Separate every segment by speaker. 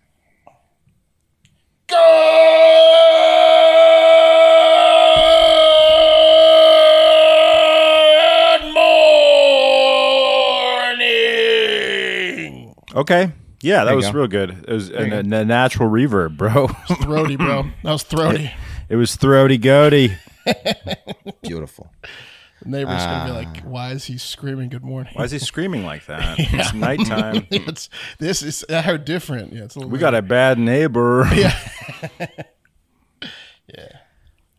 Speaker 1: Good morning!
Speaker 2: Okay. Yeah, that
Speaker 3: you
Speaker 2: was
Speaker 3: go.
Speaker 2: real good. It was and a, and a natural reverb, bro.
Speaker 1: Throaty, bro. That was throaty.
Speaker 2: it was throaty goaty.
Speaker 3: Beautiful.
Speaker 1: The neighbor's gonna be like, why is he screaming good morning?
Speaker 2: Ah. Why is he screaming like that? It's nighttime.
Speaker 1: it's, this is how different. Yeah, it's a little
Speaker 2: We got a bad neighbor.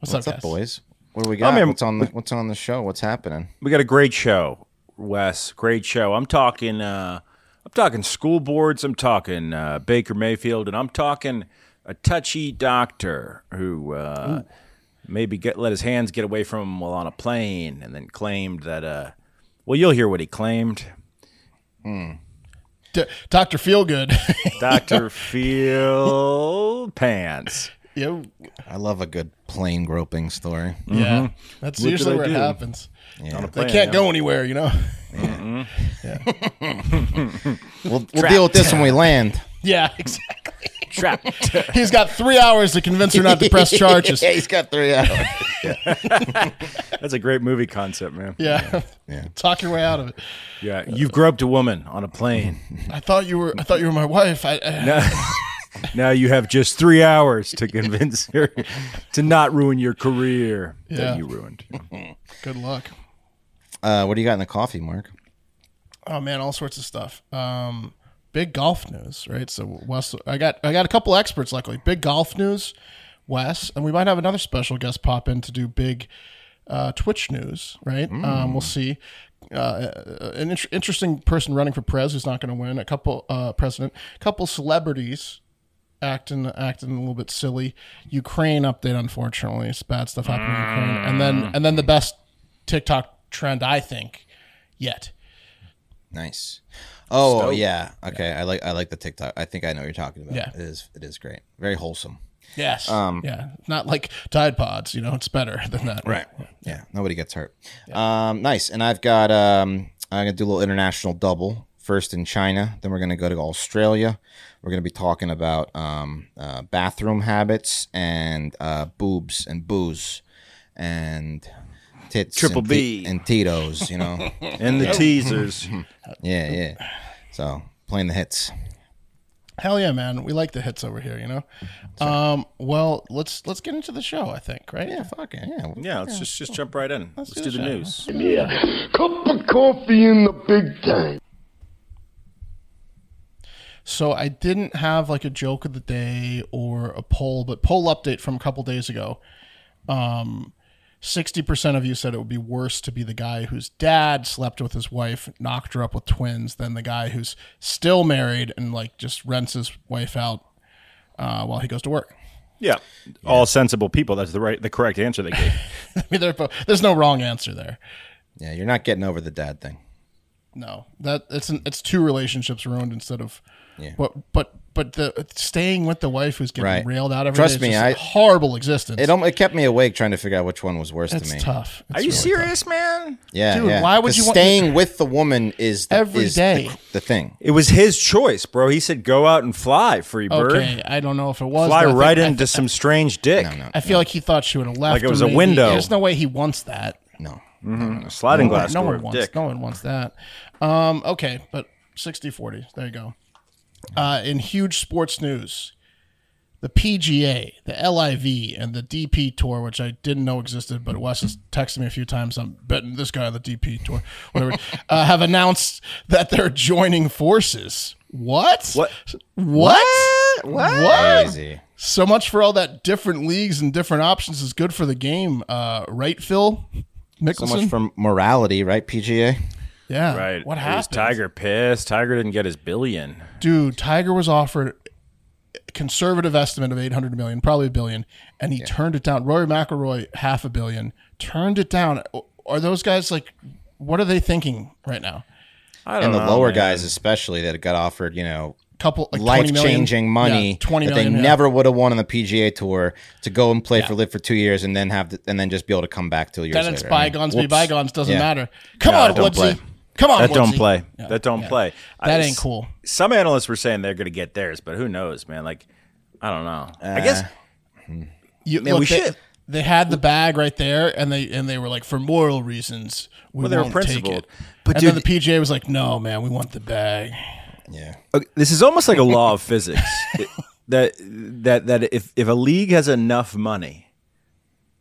Speaker 1: What's,
Speaker 3: What's
Speaker 1: up,
Speaker 3: up,
Speaker 1: guys?
Speaker 3: boys? What do we got?
Speaker 2: mean,
Speaker 3: what's on the What's on the show? What's happening?
Speaker 2: We got a great show, Wes. Great show. I'm talking. Uh, I'm talking school boards. I'm talking uh, Baker Mayfield, and I'm talking a touchy doctor who uh, maybe get, let his hands get away from him while on a plane, and then claimed that. Uh, well, you'll hear what he claimed.
Speaker 1: D- Dr. Feelgood.
Speaker 2: Doctor Feel Pants.
Speaker 1: Yo.
Speaker 2: Mm-hmm.
Speaker 3: I love a good plane groping story.
Speaker 1: Yeah. That's
Speaker 2: did
Speaker 1: usually
Speaker 2: I
Speaker 1: where
Speaker 2: do?
Speaker 1: it happens.
Speaker 2: On a
Speaker 1: They
Speaker 2: plane,
Speaker 1: can't
Speaker 2: yeah.
Speaker 1: go anywhere, you know?
Speaker 3: We'll, we'll deal with this when we land.
Speaker 1: Yeah, exactly.
Speaker 2: Trapped.
Speaker 1: He's got three hours to convince her not to press charges.
Speaker 3: yeah, he's got three hours.
Speaker 2: That's a great movie concept, man.
Speaker 1: Yeah. Talk your way out of it.
Speaker 2: Yeah, you've groped a woman on a plane.
Speaker 1: I thought you were I thought you were my wife. I, eh, I
Speaker 2: Now you have just three hours to convince her to not ruin your career
Speaker 1: Yeah.
Speaker 2: that you ruined.
Speaker 1: good luck.
Speaker 3: Uh, what do you got in the coffee, Mark?
Speaker 1: Oh man, all sorts of stuff. Um big golf news, right? So Wes I got I got a couple experts luckily. Big golf news, Wes, and we might have another special guest pop in to do big uh, Twitch news, right? Um, we'll see. Uh, an inter- interesting person running for prez who's not going to win. A couple uh, president, a couple celebrities acting acting a little bit silly. Ukraine update, unfortunately, it's bad stuff happening in Ukraine, and then and then the best TikTok trend I think yet.
Speaker 3: Nice. Oh yeah. Okay. I like I like the TikTok. I think I know what you're talking about.
Speaker 1: Yeah.
Speaker 3: It is it is great. Very wholesome.
Speaker 1: Yes.
Speaker 3: Um,
Speaker 1: yeah. Not like Tide Pods, you know, it's better than that.
Speaker 3: Yeah. Nobody gets hurt. Um, nice. And I've got um, I'm gonna do a little international double. First in China, then we're gonna go to Australia. We're gonna be talking about um, uh, bathroom habits and uh, boobs and booze and tits,
Speaker 2: Triple
Speaker 3: and ti-
Speaker 2: B.
Speaker 3: and Tito's. You know.
Speaker 2: And the teasers.
Speaker 3: yeah. Yeah. So playing the hits.
Speaker 1: Hell yeah, man. We like the hits over here, you know? Um, well, let's let's get into the show, I think, right?
Speaker 3: Yeah. Fuck it. Yeah.
Speaker 2: Yeah, let's just, just jump right in. Let's, do the news.
Speaker 4: Yeah, cup of coffee in the big time.
Speaker 1: So I didn't have like a joke of the day or a poll, but poll update from a couple days ago. Um, Sixty percent of you said it would be worse to be the guy whose dad slept with his wife, knocked her up with twins, than the guy who's still married and like just rents his wife out uh, while he goes to work.
Speaker 2: Yeah. All sensible people. That's the right the correct answer they gave.
Speaker 1: I mean, they're both- there's no wrong answer there.
Speaker 3: Yeah, you're not getting over the dad thing.
Speaker 1: no, that it's an, it's two relationships ruined instead of.
Speaker 3: Yeah.
Speaker 1: But but but the staying with the wife who's getting
Speaker 3: Right.
Speaker 1: railed out every
Speaker 3: Trust me,
Speaker 1: day is just
Speaker 3: I-
Speaker 1: a horrible existence.
Speaker 3: It, almo- it kept me awake trying to figure out which one was worse
Speaker 1: it's
Speaker 3: to me.
Speaker 1: tough.
Speaker 2: Are you serious, man?
Speaker 3: Yeah,
Speaker 1: Dude,
Speaker 3: yeah.
Speaker 1: why would
Speaker 3: 'Cause
Speaker 1: you want-
Speaker 3: staying with the woman is the,
Speaker 1: Every
Speaker 3: is the
Speaker 1: day.
Speaker 3: cr- the thing.
Speaker 2: It was his choice, bro. He said, "Go out and fly, free bird.
Speaker 1: Okay, I don't know if it was.
Speaker 2: fly
Speaker 1: but I think-
Speaker 2: right
Speaker 1: I-
Speaker 2: into some strange dick.
Speaker 1: I feel like he thought she would have left.
Speaker 2: Like it
Speaker 1: or
Speaker 2: was a
Speaker 1: maybe-
Speaker 2: window.
Speaker 1: There's no way he wants that.
Speaker 3: No.
Speaker 2: A sliding glass
Speaker 1: no
Speaker 2: door
Speaker 1: one
Speaker 2: of
Speaker 1: wants.
Speaker 2: dick.
Speaker 1: No one wants that. Um, okay, but 60-40. There you go. Uh, in huge sports news, the PGA, the LIV, and the DP Tour, which I didn't know existed, but Wes has texted me a few times. I'm betting this guy on the DP Tour, whatever, uh, have announced that they're joining forces. What?
Speaker 2: What?
Speaker 1: What? What?
Speaker 3: Crazy.
Speaker 1: So much for all that different leagues and different options is good for the game, uh, right, Phil?
Speaker 3: So
Speaker 1: Mickelson?
Speaker 3: much for morality, right, PGA?
Speaker 1: yeah.
Speaker 2: Right.
Speaker 1: What
Speaker 2: It was
Speaker 1: happened?
Speaker 2: Tiger pissed. Tiger didn't get his billion.
Speaker 1: Dude, Tiger was offered a conservative estimate of 800 million, probably a billion, and he turned it down. Rory McIlroy, half a billion, turned it down. Are those guys like, what are they thinking right now?
Speaker 2: I don't
Speaker 3: And the
Speaker 2: know,
Speaker 3: lower
Speaker 2: man.
Speaker 3: guys, especially, that got offered, you know,
Speaker 1: Couple like 20
Speaker 3: life
Speaker 1: million?
Speaker 3: changing money
Speaker 1: Yeah, 20
Speaker 3: that they
Speaker 1: million, yeah.
Speaker 3: never would have won on the PGA Tour to go and play for live for two years and then have to, and then just be able to come back two years
Speaker 1: Then
Speaker 3: later.
Speaker 1: it's
Speaker 3: I mean,
Speaker 1: bygones be
Speaker 3: whoops.
Speaker 1: bygones. Doesn't
Speaker 3: Yeah.
Speaker 1: matter. Come
Speaker 2: Yeah,
Speaker 1: on,
Speaker 2: don't play.
Speaker 1: Woodsy. Come on,
Speaker 2: That don't
Speaker 1: Woodsy.
Speaker 2: play. that don't play.
Speaker 1: That
Speaker 2: I-
Speaker 1: ain't cool.
Speaker 2: Some analysts were saying they're going to get theirs, but who knows, man? Like, I don't know. I guess
Speaker 1: You,
Speaker 2: Man,
Speaker 1: look,
Speaker 2: we
Speaker 1: they,
Speaker 2: should-
Speaker 1: They had the bag right there, and they and they were like, for moral reasons, we
Speaker 2: Well, they were
Speaker 1: won't take
Speaker 2: principled.
Speaker 1: it.
Speaker 2: But,
Speaker 1: and then
Speaker 2: dude-
Speaker 1: the PGA was like, no, man, we want the bag.
Speaker 3: Yeah.
Speaker 2: Okay, this is almost like a law of physics It- that that that if if a league has enough money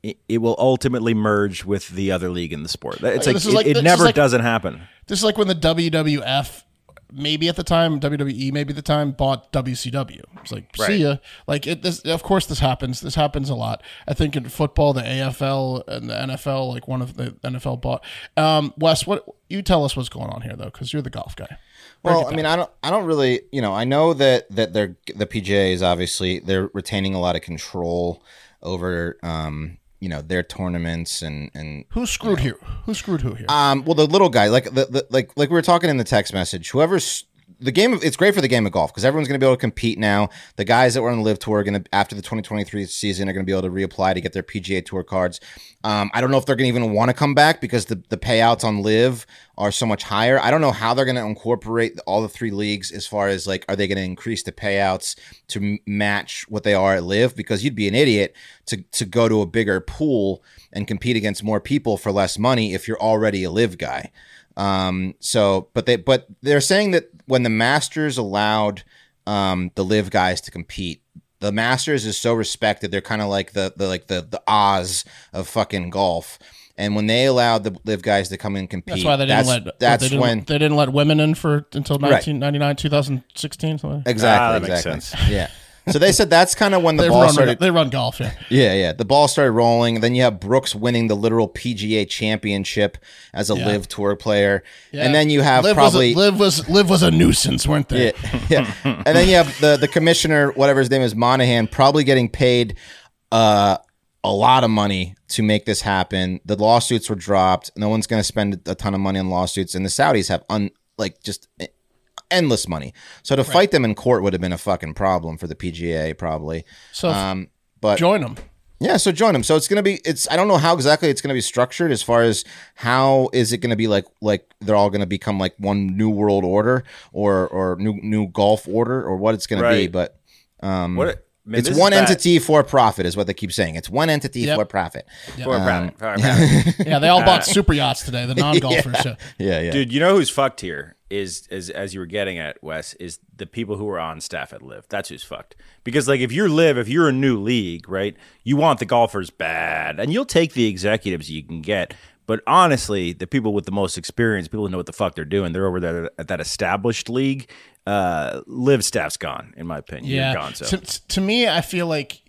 Speaker 2: it, it will ultimately merge with the other league in the sport That- it's
Speaker 1: Like,
Speaker 2: like,
Speaker 1: this
Speaker 2: it,
Speaker 1: is like-
Speaker 2: it
Speaker 1: this is
Speaker 2: never
Speaker 1: like-
Speaker 2: doesn't happen
Speaker 1: This is like when the WWF, maybe at the time, WWE maybe at the time bought WCW. It's like, see ya. Like it. This, of course, this happens. This happens a lot. I think in football, the AFL and the NFL, like one of the NFL bought. Um, Wes, what you tell us what's going on here though, because you're the golf guy.
Speaker 3: Well, I mean, I don't, I don't really, you know, I know that that they're the PGA is obviously they're retaining a lot of control over, um, you know, their tournaments and and
Speaker 1: Who screwed here? Who screwed who here?
Speaker 3: um, well, the little guy, like the, the like like we were talking in the text message, whoever's the game of it's great for the game of golf because everyone's going to be able to compete now. The guys that were on the live tour are going to after the 2023 season are going to be able to reapply to get their PGA Tour cards. Um, I don't know if they're going to even want to come back because the the payouts on live are so much higher. I don't know how they're going to incorporate all the three leagues as far as like are they going to increase the payouts to m- match what they are at live because you'd be an idiot to to go to a bigger pool and compete against more people for less money if you're already a live guy. Um, so, but they, but they're saying that when the Masters allowed um, the live guys to compete, the Masters is so respected. They're kind of like the, the like the the Oz of fucking golf. And when they allowed the live guys to come and compete,
Speaker 1: That's why they didn't
Speaker 3: that's,
Speaker 1: let.
Speaker 3: that's
Speaker 1: they didn't,
Speaker 3: when
Speaker 1: they didn't let women in for until
Speaker 3: Right.
Speaker 1: 1999, 2016. Something. like that.
Speaker 3: exactly
Speaker 2: Ah, that makes
Speaker 3: exactly yeah. So they said that's kind of when the
Speaker 1: They
Speaker 3: ball
Speaker 1: run,
Speaker 3: started.
Speaker 1: they run golf. Yeah.
Speaker 3: Yeah, yeah. The ball started rolling. Then you have Brooks winning the literal PGA championship as a live tour player. And then you have
Speaker 1: Liv
Speaker 3: probably
Speaker 1: was a, Liv was Liv was a nuisance, weren't they?
Speaker 3: yeah, yeah. And then you have the the commissioner, whatever his name is, Monahan, probably getting paid uh, a lot of money to make this happen. The lawsuits were dropped. No one's going to spend a ton of money on lawsuits, and the Saudis have un like just e, endless money. So to fight them in court would have been a fucking problem for the PGA, probably.
Speaker 1: So
Speaker 3: Um, but
Speaker 1: join them.
Speaker 3: yeah, so join them. So it's gonna be it's I don't know how exactly it's gonna be structured as far as how is it gonna be like like they're all gonna become like one new world order or or new new golf order or what it's gonna be,
Speaker 2: Right.
Speaker 3: but
Speaker 1: um,
Speaker 2: what man,
Speaker 3: it's
Speaker 2: this is
Speaker 3: one
Speaker 2: bad.
Speaker 3: entity for profit is what they keep saying. It's one entity
Speaker 1: Yep.
Speaker 3: for profit.
Speaker 2: Poor
Speaker 1: Um,
Speaker 2: Pratt, poor Pratt.
Speaker 1: Yeah, they all bought super yachts today. The non golfers. yeah.
Speaker 3: Yeah, yeah.
Speaker 2: dude you know who's fucked here is as as you were getting at wes is the people who are on staff at live that's who's fucked because like if you're live if you're a new league right you want the golfers bad and you'll take the executives you can get but honestly the people with the most experience people who know what the fuck they're doing they're over there at that established league uh live staff's gone in my opinion
Speaker 1: Yeah.
Speaker 2: you're gone so
Speaker 1: To, to me, I feel like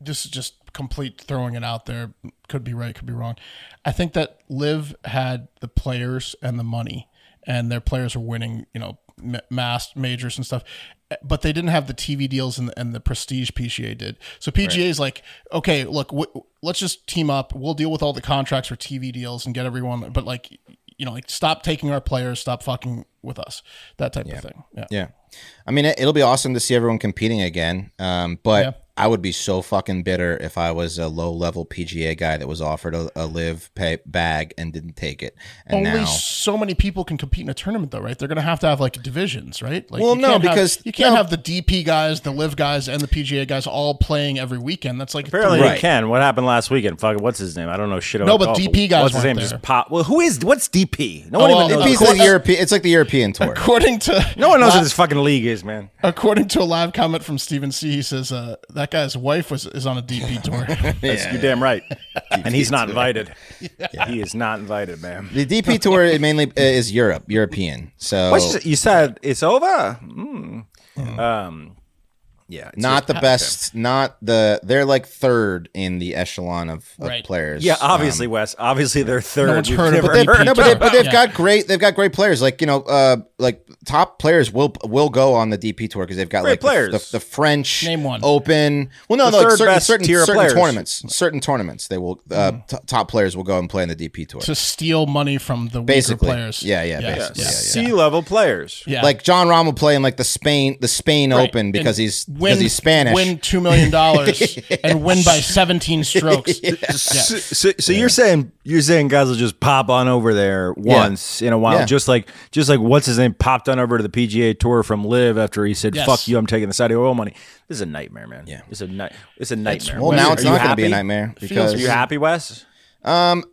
Speaker 1: this is just complete throwing it out there. Could be right, could be wrong. I think that Liv had the players and the money, and their players were winning, you know, ma- mass majors and stuff. eh, But they didn't have the TV deals and the, and the prestige PGA did. So PGA is like, okay, look, w- let's just team up. We'll deal with all the contracts for TV deals and get everyone. But like, you know, like stop taking our players, stop fucking with us, that type of thing. Yeah.
Speaker 3: Yeah. I mean, it, it'll be awesome to see everyone competing again. Um, but
Speaker 1: Yeah.
Speaker 3: I would be so fucking bitter if I was a low level PGA guy that was offered a, a live pay bag and didn't take it. And
Speaker 1: Only
Speaker 3: now.
Speaker 1: so many people can compete in a tournament, though, right? They're going to have to have like divisions, right? Like,
Speaker 3: Well,
Speaker 1: you
Speaker 3: no,
Speaker 1: can't have-
Speaker 3: because-
Speaker 1: you can't
Speaker 3: no.
Speaker 1: have the DP guys, the Live guys, and the PGA guys all playing every weekend. That's like
Speaker 2: Apparently
Speaker 3: Right.
Speaker 2: they can. What happened last weekend? Fucking what's his name? I don't know shit about
Speaker 1: No, but
Speaker 2: golf.
Speaker 1: DP guys
Speaker 2: What's his name?
Speaker 1: weren't there.
Speaker 2: Just pop. Well, who is? What's DP? No one
Speaker 1: Oh,
Speaker 2: even
Speaker 1: well,
Speaker 2: knows.
Speaker 3: It's
Speaker 1: of
Speaker 3: like,
Speaker 1: course-
Speaker 3: European, it's like the European tour.
Speaker 1: according to
Speaker 2: no one knows
Speaker 1: li-
Speaker 2: what this fucking league is, man.
Speaker 1: according to a live comment from Steven C, he says uh, that guy's wife was is on a DP tour.
Speaker 2: That's, You're damn right. and he's not invited. He is not invited, man.
Speaker 1: Oh.
Speaker 3: The DP tour it mainly uh, is Europe, European. So
Speaker 2: What's this- you said it's over. Mm. Um,
Speaker 1: Hmm.
Speaker 2: yeah, it's
Speaker 3: not the best, not the. They're like third in the echelon of, of
Speaker 1: Right.
Speaker 3: players. Um,
Speaker 2: Yeah, obviously, Wes. Obviously, they're third.
Speaker 1: um, one's
Speaker 2: We've
Speaker 1: heard of
Speaker 2: never
Speaker 1: it.
Speaker 2: even
Speaker 1: But they-
Speaker 3: no,
Speaker 2: peeped.
Speaker 3: but, they, but they've
Speaker 1: Yeah.
Speaker 3: got great. They've got great players. Like you know, uh, like top players will will go on the DP tour because they've got
Speaker 2: Great
Speaker 3: like the-
Speaker 2: players.
Speaker 3: The, the French
Speaker 1: Name one.
Speaker 3: Open. Well, no,
Speaker 2: The
Speaker 3: no, like
Speaker 2: third
Speaker 3: certain
Speaker 2: best
Speaker 3: certain,
Speaker 2: tier of
Speaker 3: certain
Speaker 2: players.
Speaker 3: tournaments. Certain tournaments, they will. Uh,
Speaker 1: Mm-hmm.
Speaker 3: t- top players will go and play in the DP tour.
Speaker 1: to steal money from the
Speaker 3: Basically.
Speaker 1: weaker players.
Speaker 3: Yeah, yeah,
Speaker 1: yeah,
Speaker 3: basically.
Speaker 1: yeah.
Speaker 2: Sea level players.
Speaker 1: Yeah.
Speaker 3: Like John Rahm will play in like the Spain the Spain
Speaker 1: Right.
Speaker 3: Open
Speaker 1: And
Speaker 3: because he's
Speaker 1: win,
Speaker 3: because he's Spanish.
Speaker 1: Win two million dollars and win by seventeen strokes.
Speaker 2: So, so, so you're saying you're saying guys will just pop on over there once in a while,
Speaker 3: Yeah.
Speaker 2: just like just like what's his name popped on over to the PGA Tour from Live after he said
Speaker 1: Yes.
Speaker 2: "fuck you," I'm taking the Saudi oil money. This is a nightmare, man. Yeah, it's a night. It's a nightmare.
Speaker 3: Well,
Speaker 2: Wes,
Speaker 3: now
Speaker 2: are
Speaker 3: it's
Speaker 2: you
Speaker 3: not going to be a
Speaker 2: happy?
Speaker 3: nightmare
Speaker 1: feels
Speaker 3: because
Speaker 2: Are you happy, Wes?
Speaker 3: I'm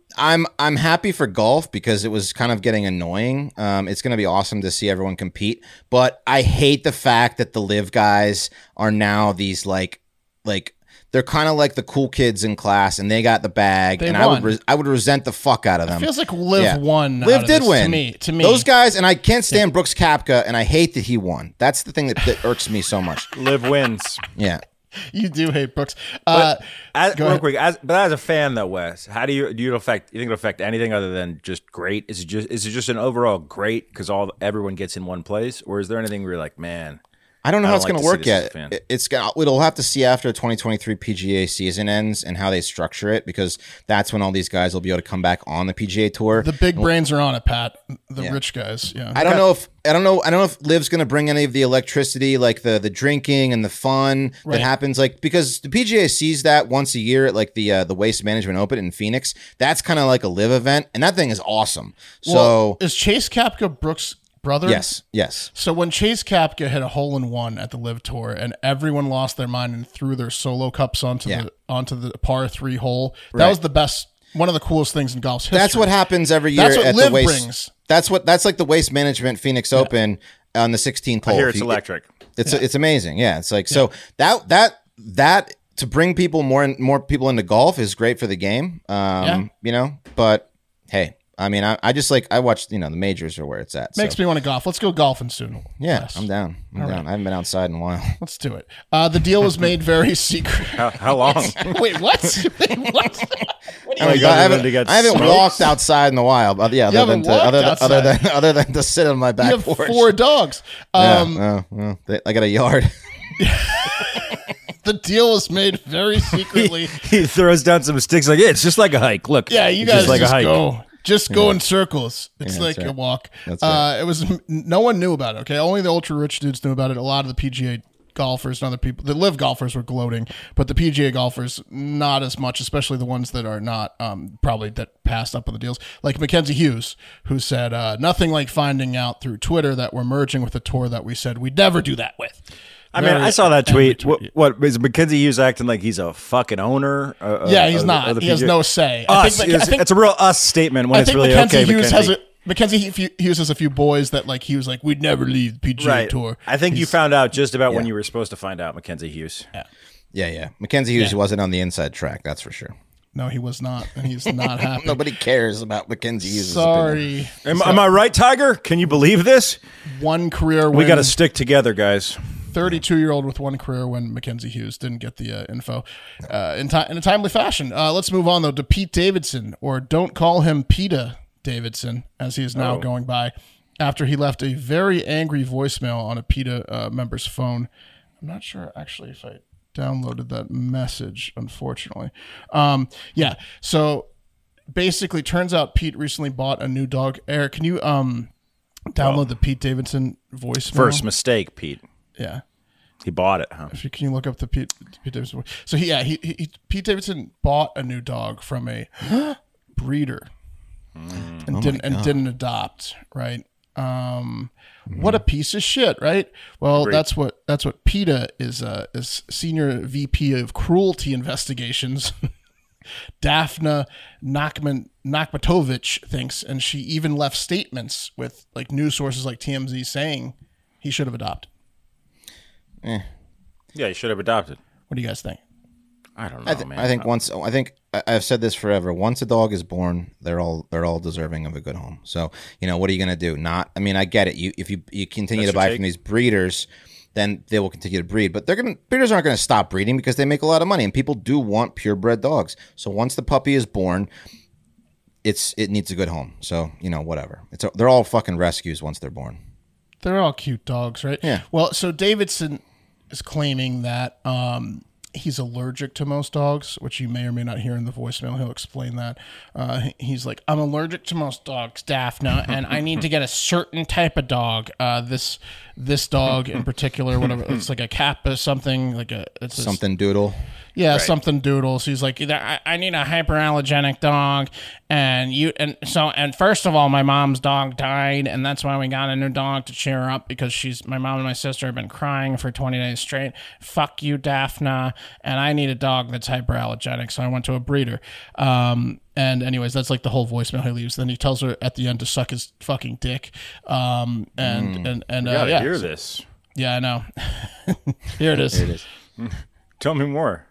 Speaker 3: I'm happy for golf because it was kind of getting annoying. Um, it's going to be awesome to see everyone compete, but I hate the fact that the live guys are now these like like they're kind of like the cool kids in class and they got the bag
Speaker 1: They
Speaker 3: and I would
Speaker 1: won.
Speaker 3: re- I would resent the fuck out of them.
Speaker 1: Feels like Live won. out
Speaker 3: Live
Speaker 1: of
Speaker 3: did
Speaker 1: this,
Speaker 3: win.
Speaker 1: To me, to me,
Speaker 3: Those guys and I can't stand Brooks Kapka and I hate that he won. That's the thing that, that irks me so much.
Speaker 2: Live wins.
Speaker 3: Yeah.
Speaker 1: you do hate Brooks. Uh,
Speaker 2: As, real
Speaker 1: ahead.
Speaker 2: quick, as, but as a fan though, Wes, how do you do you affect? You think it'll affect anything other than just great? Is it just is it just an overall great because all everyone gets in one place, or is there anything where you're like, man,
Speaker 3: I don't know
Speaker 2: I
Speaker 3: how
Speaker 2: don't
Speaker 3: it's
Speaker 2: like
Speaker 3: going
Speaker 2: to
Speaker 3: to
Speaker 2: see
Speaker 3: work
Speaker 2: this as a
Speaker 3: yet.
Speaker 2: fan.
Speaker 3: It- It's gonna, we'll have to see after the 2023 PGA season ends and how they structure it because that's when all these guys will be able to come back on the PGA tour.
Speaker 1: the big brains are on it, Pat. The rich guys. Yeah.
Speaker 3: Oh. I don't know if I don't know I don't know if Liv's going to bring any of the electricity like the the drinking and the fun that happens like because the PGA sees that once a year at like the uh, the Waste Management Open in Phoenix. That's kind of like a Live event and that thing is awesome. So
Speaker 1: Well, is Chase Kapka Brooks' brother?
Speaker 3: yes, yes.
Speaker 1: So when Chase Kapka hit a hole in one at the Live Tour and everyone lost their mind and threw their solo cups onto
Speaker 3: Yeah.
Speaker 1: the onto the par three hole, that was the best, one of the coolest things in golf's history.
Speaker 3: That's what happens every year
Speaker 1: That's what
Speaker 3: at
Speaker 1: Liv
Speaker 3: the waste.
Speaker 1: brings.
Speaker 3: That's what that's like the waste management Phoenix Open on the 16th hole.
Speaker 2: here
Speaker 3: Oh, If
Speaker 2: it's
Speaker 3: you-
Speaker 2: electric.
Speaker 3: It's it's amazing. Yeah, it's like so that that that to bring people more and more people into golf is great for the game. Um,
Speaker 1: Yeah.
Speaker 3: you know, but hey, I mean, I, I just like I watched. You know, the majors are where it's at. So,
Speaker 1: makes me want to golf. Let's go golfing soon.
Speaker 3: yeah,
Speaker 1: Yes.
Speaker 3: I'm down. I'm down. I haven't been outside in a while.
Speaker 1: Let's do it. Uh, the deal was made very secret.
Speaker 2: How, how long?
Speaker 1: Wait, what? Wait, what?
Speaker 3: I haven't,
Speaker 2: got
Speaker 3: I haven't,
Speaker 2: everybody got
Speaker 3: I haven't
Speaker 2: smokes?
Speaker 3: walked outside in a while. But yeah, other than,
Speaker 1: haven't
Speaker 3: to, other, than,
Speaker 1: walked
Speaker 3: other
Speaker 1: outside.
Speaker 3: than other than to sit on my back
Speaker 1: You have
Speaker 3: porch.
Speaker 1: four dogs.
Speaker 3: Yeah,
Speaker 1: Um,
Speaker 3: no, no, they- I got a yard.
Speaker 1: The deal was made very secretly.
Speaker 2: he throws down some sticks like yeah, it's just like a hike. Look,
Speaker 1: Yeah, you
Speaker 2: it's
Speaker 1: guys
Speaker 2: just like
Speaker 1: just
Speaker 2: a hike.
Speaker 1: go. Just go in circles. It's like
Speaker 3: right.
Speaker 1: a walk.
Speaker 3: That's
Speaker 1: uh, it was no one knew about it. Okay, only the ultra rich dudes knew about it. A lot of the PGA golfers and other people, the live golfers, were gloating, but the PGA golfers not as much, especially the ones that are not um, probably that passed up on the deals, like Mackenzie Hughes, who said uh, nothing like finding out through Twitter that we're merging with a tour that we said we'd never do that with.
Speaker 2: I mean,
Speaker 1: Very
Speaker 2: I saw that
Speaker 1: angry
Speaker 2: tweet. What, what is Mackenzie Hughes acting like he's a fucking owner? Uh, uh,
Speaker 1: Yeah, he's
Speaker 2: of the-
Speaker 1: not.
Speaker 2: of the
Speaker 1: he has
Speaker 2: PGA?
Speaker 1: no say.
Speaker 2: Us.
Speaker 1: Mac-
Speaker 2: it's, it's a real us statement when
Speaker 1: I
Speaker 2: it's
Speaker 1: think
Speaker 2: really
Speaker 1: Mackenzie
Speaker 2: okay.
Speaker 1: Hughes has
Speaker 2: Mackenzie.
Speaker 1: a Mackenzie Hu- Hughes has a few boys that like he was like we'd never leave the PGA
Speaker 2: right.
Speaker 1: tour.
Speaker 2: I think you found out just about when
Speaker 3: Yeah.
Speaker 2: you were supposed to find out, Mackenzie Hughes.
Speaker 3: Yeah, yeah. Mackenzie Hughes wasn't on the inside track. That's for sure.
Speaker 1: No, he was not, and he's not happy.
Speaker 3: Nobody cares about Mackenzie Hughes.
Speaker 1: Sorry,
Speaker 2: Am, am I right, Tiger? Can you believe this?
Speaker 1: one career win.
Speaker 2: We got to stick together, guys.
Speaker 1: thirty-two year old with one career when Mackenzie Hughes didn't get the uh, info uh, in ti- in a timely fashion. Uh, let's move on though to Pete Davidson, or don't call him PETA Davidson, as he is now going by. After he left a very angry voicemail on a PETA uh, member's phone, I'm not sure actually if I downloaded that message. Unfortunately, um, yeah. So basically turns out Pete recently bought a new dog. Eric, can you um download the Pete Davidson voice? memo?
Speaker 2: First mistake, Pete.
Speaker 1: yeah.
Speaker 2: He bought it, huh?
Speaker 1: If you- Can you look up the Pete, Pete Davidson? voice? So he, yeah, he, he he- Pete Davidson bought a new dog from a breeder and didn't and didn't adopt. Right. Um, what a piece of shit, right? Well, that's what that's what PETA is. Uh, is senior VP of cruelty investigations. Daphna Nachman Nachmatovich thinks, and she even left statements with like news sources like TMZ saying he should have adopted.
Speaker 2: Yeah, he should have adopted.
Speaker 1: What do you guys think?
Speaker 2: I don't know,
Speaker 3: I, th-
Speaker 2: Oh, man.
Speaker 3: I think once I think I- I've said this forever. Once a dog is born, they're all they're all deserving of a good home. So you know what are you going to do? Not I mean I get it. You if you you continue to buy from these breeders, then they will continue to breed. But they're going to breeders aren't going to stop breeding because they make a lot of money and people do want purebred dogs. So once the puppy is born, it's it needs a good home. So you know whatever. It's a, they're all fucking rescues once they're born.
Speaker 1: They're all cute dogs, right?
Speaker 3: Yeah.
Speaker 1: Well, so Davidson is claiming that um, he's allergic to most dogs, which you may or may not hear in the voicemail. He'll explain that. Uh, he- he's like, I'm allergic to most dogs, Daphna, and I need to get a certain type of dog. Uh, this this dog in particular, whatever, it's like a kappa something, like a it's a-
Speaker 3: Something doodle.
Speaker 1: yeah, something doodles. He's like, either I, I need a hyperallergenic dog, and you and so and first of all, my mom's dog died, and that's why we got a new dog to cheer her up because she's my mom and my sister have been crying for twenty days straight. Fuck you, Daphna, and I need a dog that's hyperallergenic, so I went to a breeder. Um, and anyways, that's like the whole voicemail he leaves. Then he tells her at the end to suck his fucking dick. Um, and and and
Speaker 2: I
Speaker 1: uh,
Speaker 2: gotta
Speaker 1: yeah,
Speaker 2: hear this.
Speaker 1: yeah, I know. Here it is.
Speaker 3: It is.
Speaker 2: Tell me more.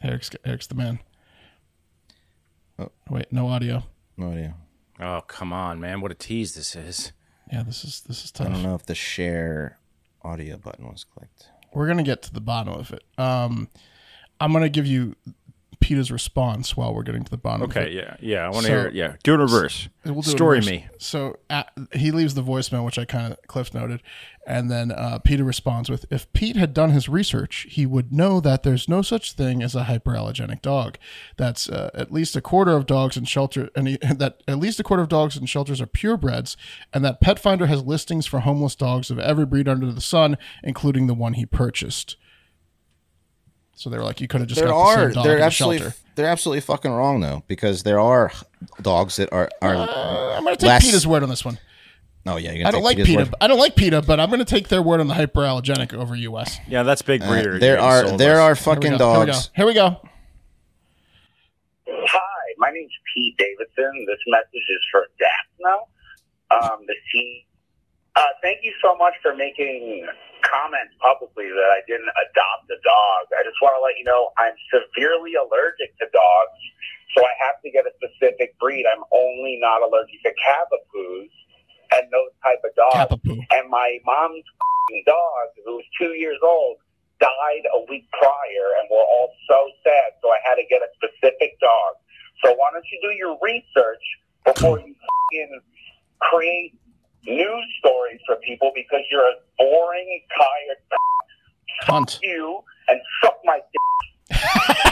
Speaker 1: Eric's Eric's the man.
Speaker 3: Oh.
Speaker 1: Wait, no audio.
Speaker 3: No idea.
Speaker 2: Oh, come on, man. What a tease this is.
Speaker 1: Yeah, this is this is
Speaker 3: I
Speaker 1: tough.
Speaker 3: don't know if the share audio button was clicked.
Speaker 1: We're gonna get to the bottom of it. Um, I'm gonna give you Peter's response while we're getting to the bottom. of
Speaker 2: Okay,
Speaker 1: it.
Speaker 2: yeah, yeah. I want to
Speaker 1: So-
Speaker 2: hear it. Yeah, do it in reverse.
Speaker 1: We'll do it
Speaker 2: Story
Speaker 1: first.
Speaker 2: me.
Speaker 1: So uh, he leaves the voicemail, which I kind of cliff noted, and then uh, Peter responds with, "If Pete had done his research, he would know that there's no such thing as a hyperallergenic dog. That's uh, at least a quarter of dogs in shelter, and he, that at least a quarter of dogs in shelters are purebreds, and that Pet Finder has listings for homeless dogs of every breed under the sun, including the one he purchased." So they were like, "You could have just
Speaker 3: there
Speaker 1: got the
Speaker 3: are
Speaker 1: same dog
Speaker 3: they're
Speaker 1: in the
Speaker 3: absolutely
Speaker 1: shelter."
Speaker 3: they're absolutely fucking wrong though because there are dogs that are are
Speaker 1: I'm gonna take
Speaker 3: less-
Speaker 1: Peter's word on this one.
Speaker 3: oh yeah you're gonna
Speaker 1: Uh, I don't
Speaker 3: take Peter's
Speaker 1: like PETA.
Speaker 3: word.
Speaker 1: I don't like PETA, but I'm going to take their word on the hyperallergenic over US.
Speaker 2: Yeah, that's big breeder.
Speaker 3: Uh, there
Speaker 2: You
Speaker 3: are
Speaker 2: sold
Speaker 3: there
Speaker 2: us.
Speaker 3: are
Speaker 1: Here
Speaker 3: fucking
Speaker 1: we go.
Speaker 3: dogs
Speaker 1: Here we go. Here we go.
Speaker 5: Hi, my name's Pete Davidson. This message is for Daphna, um, the C. Uh, thank you so much for making comments publicly that I didn't adopt a dog. I just want to let you know I'm severely allergic to dogs, so I have to get a specific breed. I'm only not allergic to cavapoos and those type of dogs.
Speaker 1: Capapoo.
Speaker 5: And my mom's dog, who was two years old, died a week prior, and we're all so sad. So I had to get a specific dog. So why don't you do your research before you fing create news stories for people because you're a boring, tired
Speaker 1: Cunt.
Speaker 5: you and suck my dick.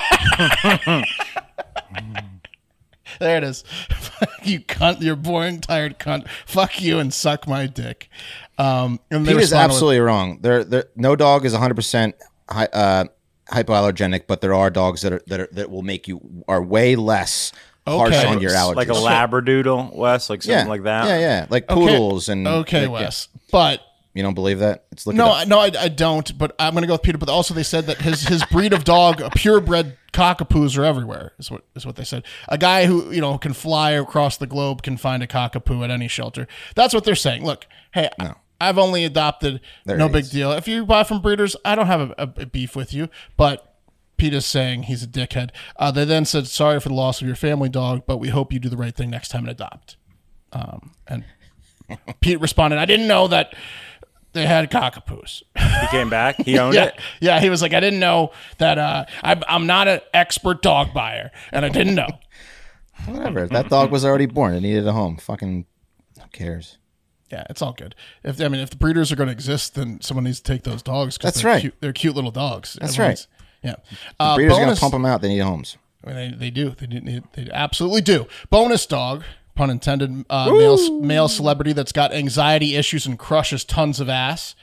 Speaker 1: There it is. Fuck you cunt. You're boring, tired cunt. Fuck you and suck my dick. Um, and they
Speaker 3: Peter's
Speaker 1: responded with-
Speaker 3: absolutely wrong there there no dog is 100 percent uh hypoallergenic but there are dogs that are that, are, that will make you are way less harsh
Speaker 1: Okay.
Speaker 3: on your allergies
Speaker 2: like a labradoodle, Wes, like something
Speaker 3: yeah
Speaker 2: like that.
Speaker 3: yeah yeah like
Speaker 1: Okay.
Speaker 3: poodles and
Speaker 1: okay,
Speaker 3: like, yeah.
Speaker 1: Wes, but
Speaker 3: you don't believe that it's look
Speaker 1: no,
Speaker 3: it
Speaker 1: I,
Speaker 3: up.
Speaker 1: no, I, I don't. But I'm gonna go with Peter. But also, they said that his his breed of dog, a purebred cockapoos, are everywhere. Is what is what they said. A guy who you know can fly across the globe can find a cockapoo at any shelter. That's what they're saying. Look, hey. I- I've only adopted,
Speaker 3: There
Speaker 1: no
Speaker 3: it
Speaker 1: big
Speaker 3: is.
Speaker 1: deal. If you buy from breeders, I don't have a, a, a beef with you, but Peter's saying he's a dickhead. Uh, they then said, sorry for the loss of your family dog, but we hope you do the right thing next time and adopt. Um, and Pete responded, I didn't know that they had cockapoos.
Speaker 2: He came back. He owned
Speaker 1: Yeah,
Speaker 2: it.
Speaker 1: yeah. He was like, I didn't know that. Uh, I'm, I'm not an expert dog buyer, and I didn't know.
Speaker 3: whatever If that dog was already born it needed a home fucking who cares
Speaker 1: yeah, it's all good. If I mean, if the breeders are going to exist, then someone needs to take those dogs. 'cause
Speaker 3: That's
Speaker 1: they're
Speaker 3: right.
Speaker 1: Cute, they're cute little dogs.
Speaker 3: That's
Speaker 1: Everyone's- Yeah. Uh,
Speaker 3: breeders are gonna
Speaker 1: bonus-
Speaker 3: pump them out they need homes
Speaker 1: I mean, they, they do. They, do- they they absolutely do. Bonus dog, pun intended. Uh, male male celebrity that's got anxiety issues and crushes tons of ass.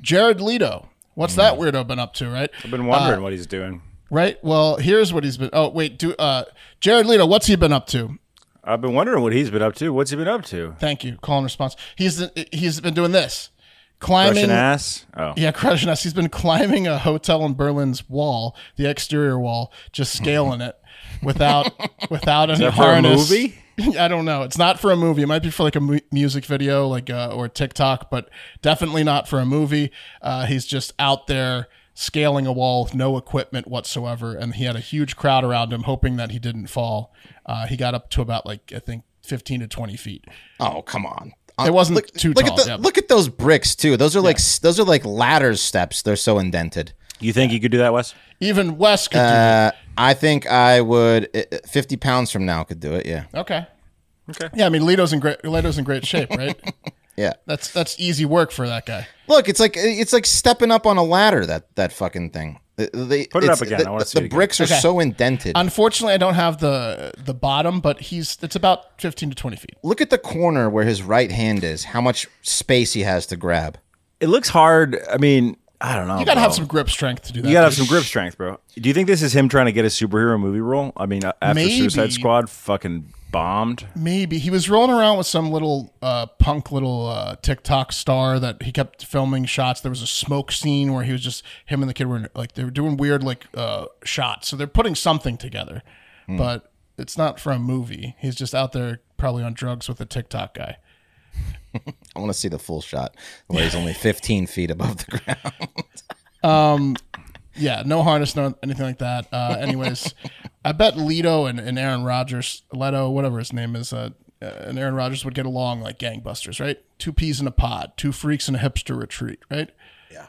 Speaker 1: Jared Leto. What's that weirdo been up to? Right.
Speaker 2: I've been wondering what he's doing.
Speaker 1: Right. Well, here's what he's been. Oh wait, do uh, Jared Leto. What's he been up to?
Speaker 2: I've been wondering what he's been up to. What's he been up to?
Speaker 1: Thank you. Call and response. He's he's been doing this, climbing.
Speaker 2: Russian ass? Oh.
Speaker 1: Yeah, crushing us. He's been climbing a hotel in Berlin's wall, the exterior wall, just scaling it without without any
Speaker 2: that for a
Speaker 1: harness.
Speaker 2: movie?
Speaker 1: I don't know. It's not for a movie. It might be for like a mu- music video, like uh, or TikTok, but definitely not for a movie. Uh, he's just out there scaling a wall with no equipment whatsoever, and he had a huge crowd around him, hoping that he didn't fall. Uh, he got up to about like I think fifteen to twenty feet.
Speaker 3: Oh, come on.
Speaker 1: It wasn't too
Speaker 3: look
Speaker 1: tall.
Speaker 3: At the,
Speaker 1: yeah.
Speaker 3: Look at those bricks too. Those are like s those are like ladder steps. They're so indented.
Speaker 2: You think you could do that, Wes?
Speaker 1: Even Wes could
Speaker 3: Uh, I think I would uh, fifty pounds from now could do it. Yeah,
Speaker 1: do. Okay.
Speaker 2: Okay.
Speaker 1: Yeah, I mean Leto's in great Leto's in great shape, right?
Speaker 3: yeah.
Speaker 1: that's that's easy work for that guy.
Speaker 3: Look, it's like uh, it's like stepping up on a ladder. That that fucking thing. Uh, They,
Speaker 2: Put it
Speaker 3: it's-
Speaker 2: up again.
Speaker 3: The,
Speaker 2: I wanna
Speaker 3: the
Speaker 2: see it again.
Speaker 3: bricks are
Speaker 1: Okay.
Speaker 3: so indented.
Speaker 1: Unfortunately, I don't have the the bottom, but he's it's about fifteen to twenty feet.
Speaker 3: look at the corner where his right hand is. How much space he has to grab.
Speaker 2: It looks hard. I mean, I don't know.
Speaker 1: You gotta
Speaker 2: bro.
Speaker 1: have some grip strength to do that.
Speaker 2: Oh, You gotta have
Speaker 1: dude.
Speaker 2: some grip strength, bro. Do you think this is him trying to get a superhero movie role? I mean, uh, after
Speaker 1: Maybe.
Speaker 2: Suicide Squad fucking bombed.
Speaker 1: Maybe he was rolling around with some little uh, punk little uh, TikTok star that he kept filming shots. There was a smoke scene where he was just him and the kid were in, like they were doing weird like uh, shots. So they're putting something together,
Speaker 2: Hmm.
Speaker 1: but it's not for a movie. He's just out there probably on drugs with a TikTok guy.
Speaker 3: I want to see the full shot where he's only fifteen feet above the ground.
Speaker 1: Yeah, no harness, no anything like that. Uh, anyways, I bet Leto and, and Aaron Rodgers, Leto, whatever his name is, uh, uh, and Aaron Rodgers would get along like gangbusters, right? Two peas in a pod, two freaks in a hipster retreat, right?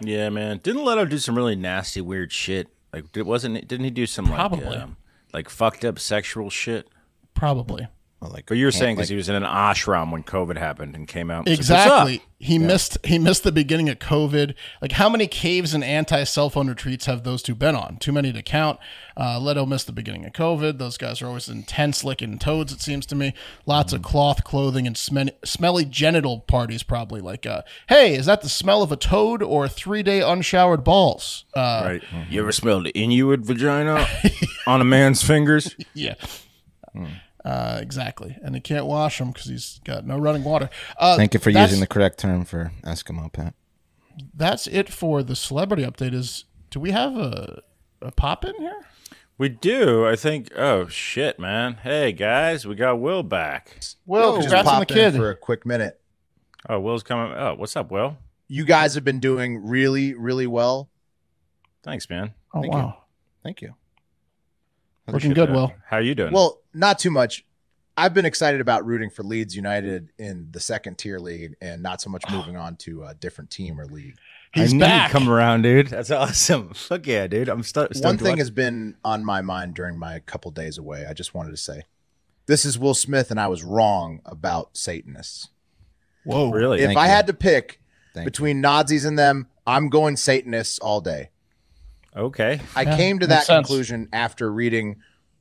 Speaker 2: Yeah, man. Didn't Leto do some really nasty, weird shit? Like, did, wasn't it, didn't he do some
Speaker 1: Probably.
Speaker 2: like, um, like fucked up sexual shit?
Speaker 1: Probably.
Speaker 3: Well, like,
Speaker 2: But you were
Speaker 3: can't,
Speaker 2: saying because
Speaker 3: like-
Speaker 2: he was in an ashram when COVID happened and came out. and said, "What's up?"
Speaker 1: Exactly. He missed he missed the beginning of COVID. Like how many caves and anti cell phone retreats have those two been on? Too many to count. Uh, Leto missed the beginning of COVID. Those guys are always intense licking toads. It seems to me. Lots
Speaker 3: Mm.
Speaker 1: of cloth clothing and smen- smelly genital parties. Probably like, uh, hey, is that the smell of a toad or three day unshowered balls? Uh,
Speaker 2: Right. You ever smelled an Inuit vagina on a man's fingers?
Speaker 1: yeah.
Speaker 3: Mm.
Speaker 1: Uh, exactly, and he can't wash them because he's got no running water. Uh,
Speaker 3: Thank you for
Speaker 1: that's-
Speaker 3: using the correct term for Eskimo Pat.
Speaker 1: that's it for the celebrity update. Is do we have a a pop in here?
Speaker 2: We do. I think. Oh shit, man. Hey guys, we got Will back.
Speaker 1: Well,
Speaker 6: Yo,
Speaker 1: congrats
Speaker 6: just
Speaker 1: on the
Speaker 6: popped in
Speaker 1: kid.
Speaker 6: for a quick minute.
Speaker 2: Oh, Will's coming. Oh, what's up, Will?
Speaker 6: You guys have been doing really, really well.
Speaker 2: Thanks, man.
Speaker 1: oh
Speaker 3: Thank
Speaker 1: wow,
Speaker 3: Thank you.
Speaker 1: looking
Speaker 2: Shit,
Speaker 1: good.
Speaker 2: uh,
Speaker 1: Will
Speaker 2: How you doing?
Speaker 6: Well, not too much. I've been excited about rooting for Leeds United in the second tier league, and not so much moving on to a different team or league.
Speaker 1: he's
Speaker 2: I knew
Speaker 1: back.
Speaker 2: You'd come around, dude. That's awesome. Fuck yeah, dude. I'm stu- stoked.
Speaker 6: One
Speaker 2: to
Speaker 6: thing
Speaker 2: watch-
Speaker 6: has been on my mind during my couple days away. I just wanted to say, this is Will Smith, and I was wrong about Satanists.
Speaker 1: Whoa,
Speaker 2: really.
Speaker 6: If
Speaker 3: Thank
Speaker 6: I
Speaker 3: you.
Speaker 6: had to pick
Speaker 3: Thank
Speaker 6: between Nazis and them, I'm going Satanists all day.
Speaker 2: Okay.
Speaker 6: I
Speaker 1: Yeah,
Speaker 6: came to
Speaker 1: makes
Speaker 6: that
Speaker 1: sense.
Speaker 6: conclusion after reading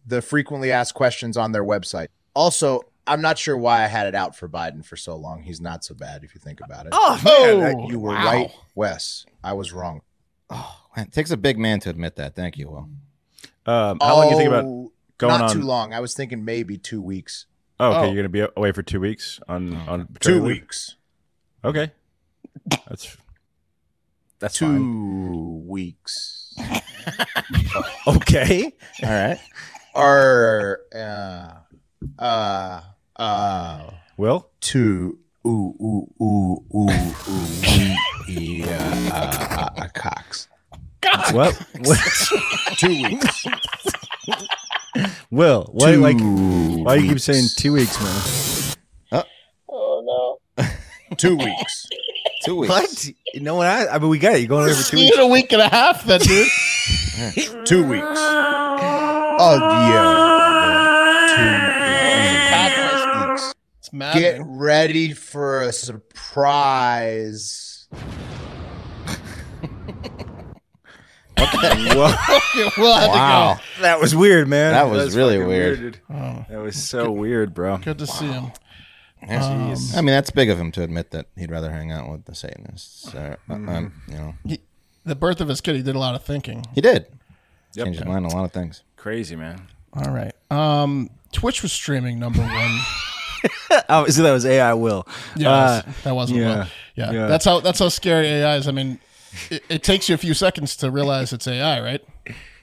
Speaker 6: the frequently asked questions on their website. Also, I'm not sure why I had it out for Biden for so long. He's not so bad if you think about it. uh,
Speaker 2: Oh,
Speaker 1: Oh,
Speaker 6: you were
Speaker 1: wow.
Speaker 6: right, Wes. I was wrong.
Speaker 3: Oh, man, it takes a big man to admit that. Thank you, Will.
Speaker 2: Um, how long you think about
Speaker 6: Oh,
Speaker 2: going on?
Speaker 6: Not too long. I was thinking maybe two weeks.
Speaker 2: Oh, okay.
Speaker 1: Oh.
Speaker 2: You're gonna be away for two weeks on on
Speaker 6: Two
Speaker 2: paternity leave?
Speaker 6: weeks.
Speaker 2: Okay. That's that's
Speaker 6: Two
Speaker 2: fine.
Speaker 6: weeks.
Speaker 2: Okay.
Speaker 3: All right.
Speaker 6: Or uh, uh, uh,
Speaker 2: Will.
Speaker 6: two. Ooh, ooh, ooh, ooh, ooh, wee, yeah, uh, uh, uh, cocks.
Speaker 2: What? what?
Speaker 6: Two weeks.
Speaker 2: Will. Why,
Speaker 6: Two
Speaker 2: like, why you keep saying two weeks, man?
Speaker 6: two weeks.
Speaker 3: Two weeks.
Speaker 2: No one. I, I mean, we got it. You're going over two
Speaker 1: you
Speaker 2: weeks.
Speaker 1: had a week and a half, then dude.
Speaker 6: Two weeks. Oh yeah. Two weeks.
Speaker 1: It's mad.
Speaker 6: Get ready for a surprise.
Speaker 1: we'll have
Speaker 3: Wow,
Speaker 2: That was weird, man. Oh.
Speaker 3: That was really
Speaker 2: fucking
Speaker 3: weird.
Speaker 2: dude. That was so weird, bro.
Speaker 1: to go. Good to see him.
Speaker 3: I mean that's big of him to admit that he'd rather hang out with the Satanists. Uh, um, you know,
Speaker 1: The birth of his kid, he did a lot of thinking.
Speaker 3: he did change his mind on a lot of things.
Speaker 2: Crazy, man.
Speaker 1: All right. Um, Twitch was streaming number one.
Speaker 2: Oh, so that was AI Will.
Speaker 1: Yeah,
Speaker 2: Uh,
Speaker 1: that wasn't
Speaker 2: yeah,
Speaker 1: well. Yeah.
Speaker 2: yeah.
Speaker 1: that's how that's how scary AI is. I mean, it, it takes you a few seconds to realize it's AI, right?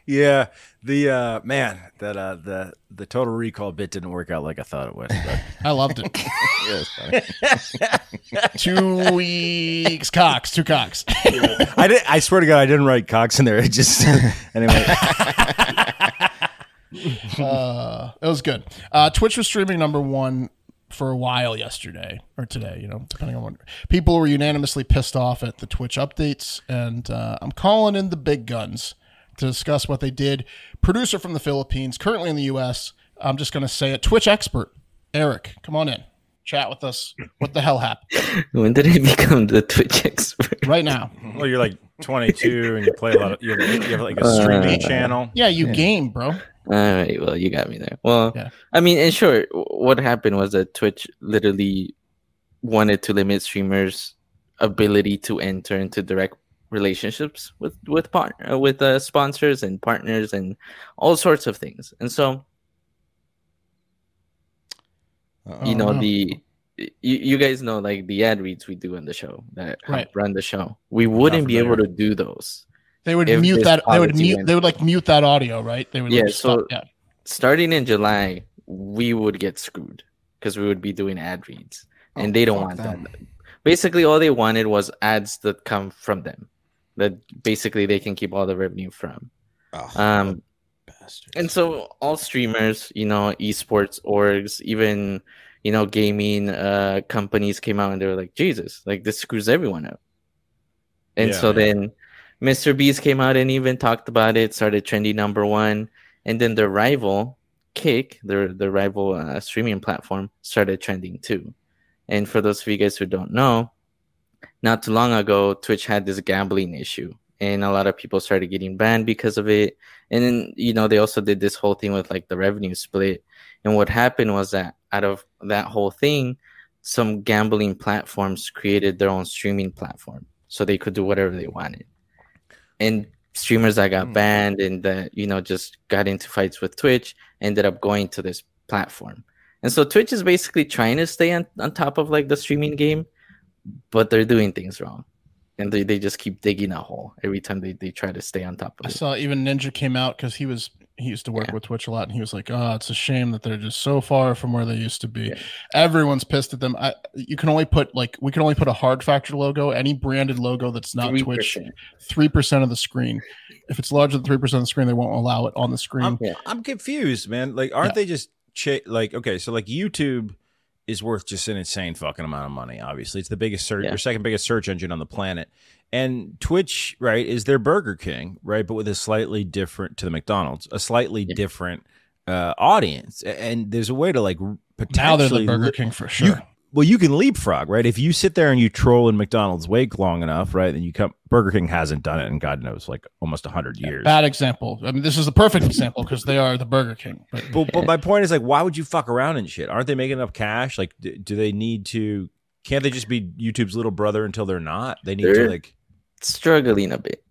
Speaker 2: Yeah, the uh, man that uh, the the Total Recall bit didn't work out like I thought it would. But
Speaker 1: I loved it.
Speaker 3: Yeah, it's funny.
Speaker 1: two weeks, Cox, two Cox.
Speaker 2: I did. I swear to God, I didn't write Cox in there. It just anyway.
Speaker 1: It was good. Uh, Twitch was streaming number one for a while yesterday or today, you know, depending on what. People were unanimously pissed off at the Twitch updates, and uh, I'm calling in the big guns to discuss what they did. Producer from the Philippines, currently in the U.S. I'm just going to say it. Twitch expert Eric, come on in, chat with us. What the hell happened
Speaker 7: When did I become the Twitch expert?
Speaker 1: right now?
Speaker 2: well, you're like 22 and you play a lot. Of, you, have, you have like a streaming channel.
Speaker 1: Yeah, you game, bro.
Speaker 7: All right, well, you got me there. Well,
Speaker 1: Yeah.
Speaker 7: I mean, in short, w- what happened was that Twitch literally wanted to limit streamers' ability to enter into direct relationships with with part uh, with uh, sponsors and partners and all sorts of things. And so,
Speaker 1: Oh,
Speaker 7: you know, the you, you guys know like the ad reads we do on the show that help
Speaker 1: Right.
Speaker 7: run the show. We wouldn't be able to
Speaker 2: familiar.
Speaker 7: do those
Speaker 1: They would
Speaker 7: If
Speaker 1: mute
Speaker 7: this
Speaker 1: that. They would
Speaker 7: policy
Speaker 1: mute.
Speaker 7: went-
Speaker 1: They would like mute that audio, right? They would. like,
Speaker 7: Yeah, so-
Speaker 1: stop- yeah.
Speaker 7: starting in July, we would get screwed because we would be doing ad reads, and they don't want
Speaker 3: them.
Speaker 7: that. Basically, all they wanted was ads that come from them, that basically they can keep all the revenue from.
Speaker 3: Oh,
Speaker 7: Um,
Speaker 3: bastard.
Speaker 7: and so all streamers, you know, esports orgs, even you know, gaming uh, companies came out and they were like, Jesus, like this screws everyone up. And
Speaker 2: Yeah.
Speaker 7: so then Mr. Beast came out and even talked about it, started trendy number one, and then their rival, Kick, their their rival uh, streaming platform, started trending too. And for those of you guys who don't know, not too long ago, Twitch had this gambling issue, and a lot of people started getting banned because of it. And then, you know, they also did this whole thing with like the revenue split. And what happened was that out of that whole thing, some gambling platforms created their own streaming platform so they could do whatever they wanted. And streamers that
Speaker 1: Hmm.
Speaker 7: got banned and that, you know, just got into fights with Twitch ended up going to this platform. And so Twitch is basically trying to stay on, on top of like the streaming game, but they're doing things wrong. And they, they just keep digging a hole every time they, they try to stay on top of
Speaker 1: I
Speaker 7: it.
Speaker 1: saw even Ninja came out because he was he used to work with Twitch a lot, and he was like, "Oh, it's a shame that they're just so far from where they used to be. Everyone's pissed at them. I, you can only put like we can only put a hard factor logo, any branded logo that's not Twitch,
Speaker 7: 3%.
Speaker 1: three percent of the screen. If it's larger than three percent of the screen, they won't allow it on the screen.
Speaker 2: I'm, I'm confused, man. Like, aren't
Speaker 1: Yeah.
Speaker 2: they just cha- like okay? So like YouTube is worth just an insane fucking amount of money. Obviously, it's the biggest search
Speaker 7: Yeah.
Speaker 2: or second biggest search engine on the planet. And Twitch, right, is their Burger King, right, but with a slightly different to the McDonald's, a slightly different uh, audience. A- And there's a way to like potentially
Speaker 1: now they're the
Speaker 2: li-
Speaker 1: Burger King for sure.
Speaker 2: well, you can leapfrog, right? If you sit there and you troll in McDonald's wake long enough, right, then you come. Burger King hasn't done it in God knows like almost hundred years.
Speaker 1: Bad example. I mean, this is the perfect example because they are the Burger King. But
Speaker 2: But, but my point is like, why would you fuck around and shit? Aren't they making enough cash? Like, do, do they need to? Can't they just be YouTube's little brother until they're not? They need to
Speaker 7: They're-
Speaker 2: like.
Speaker 7: struggling a bit.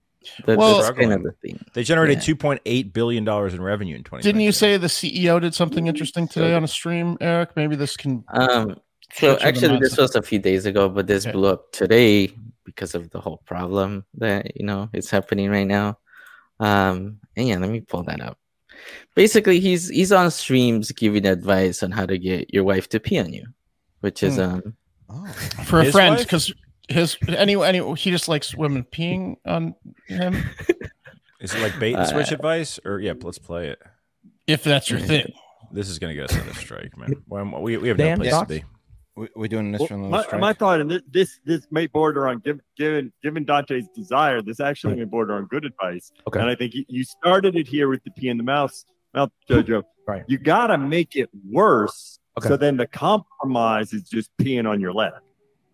Speaker 7: That,
Speaker 1: Well-
Speaker 7: that's kind of the thing.
Speaker 2: They generated
Speaker 7: Yeah.
Speaker 2: two point eight billion dollars in revenue in twenty.
Speaker 1: didn't you say the CEO did something interesting today on a stream, Eric? Maybe this can.
Speaker 7: Um, so
Speaker 1: Catch up on
Speaker 7: actually,
Speaker 1: that
Speaker 7: this
Speaker 1: stuff.
Speaker 7: was a few days ago, but this
Speaker 1: Okay.
Speaker 7: blew up today because of the whole problem that you know is happening right now. Um, and yeah, let me pull that up. Basically, he's he's on streams giving advice on how to get your wife to pee on you, which
Speaker 2: Hmm.
Speaker 7: is um
Speaker 3: Oh.
Speaker 1: for a
Speaker 2: His
Speaker 1: friend
Speaker 2: wife?
Speaker 1: because his any any he just likes women peeing on him
Speaker 2: Is it like bait
Speaker 7: Uh,
Speaker 2: and switch advice? Or yeah, let's play it.
Speaker 1: if that's your thing.
Speaker 2: This is gonna get us on a strike, man. Well, I'm- We, we have
Speaker 8: Dan,
Speaker 2: no place
Speaker 8: thoughts?
Speaker 2: to be.
Speaker 3: We, we doing this
Speaker 8: Well,
Speaker 3: from the
Speaker 8: my,
Speaker 3: strike?
Speaker 8: my thought, and this, this this may border on giv- given given Dante's desire. This actually may border on good advice.
Speaker 2: Okay.
Speaker 8: And I think you, you started it here with the pee in the mouth, mouth Jojo.
Speaker 2: Right.
Speaker 8: You gotta make it worse.
Speaker 2: Okay.
Speaker 8: So then the compromise is just peeing on your lap.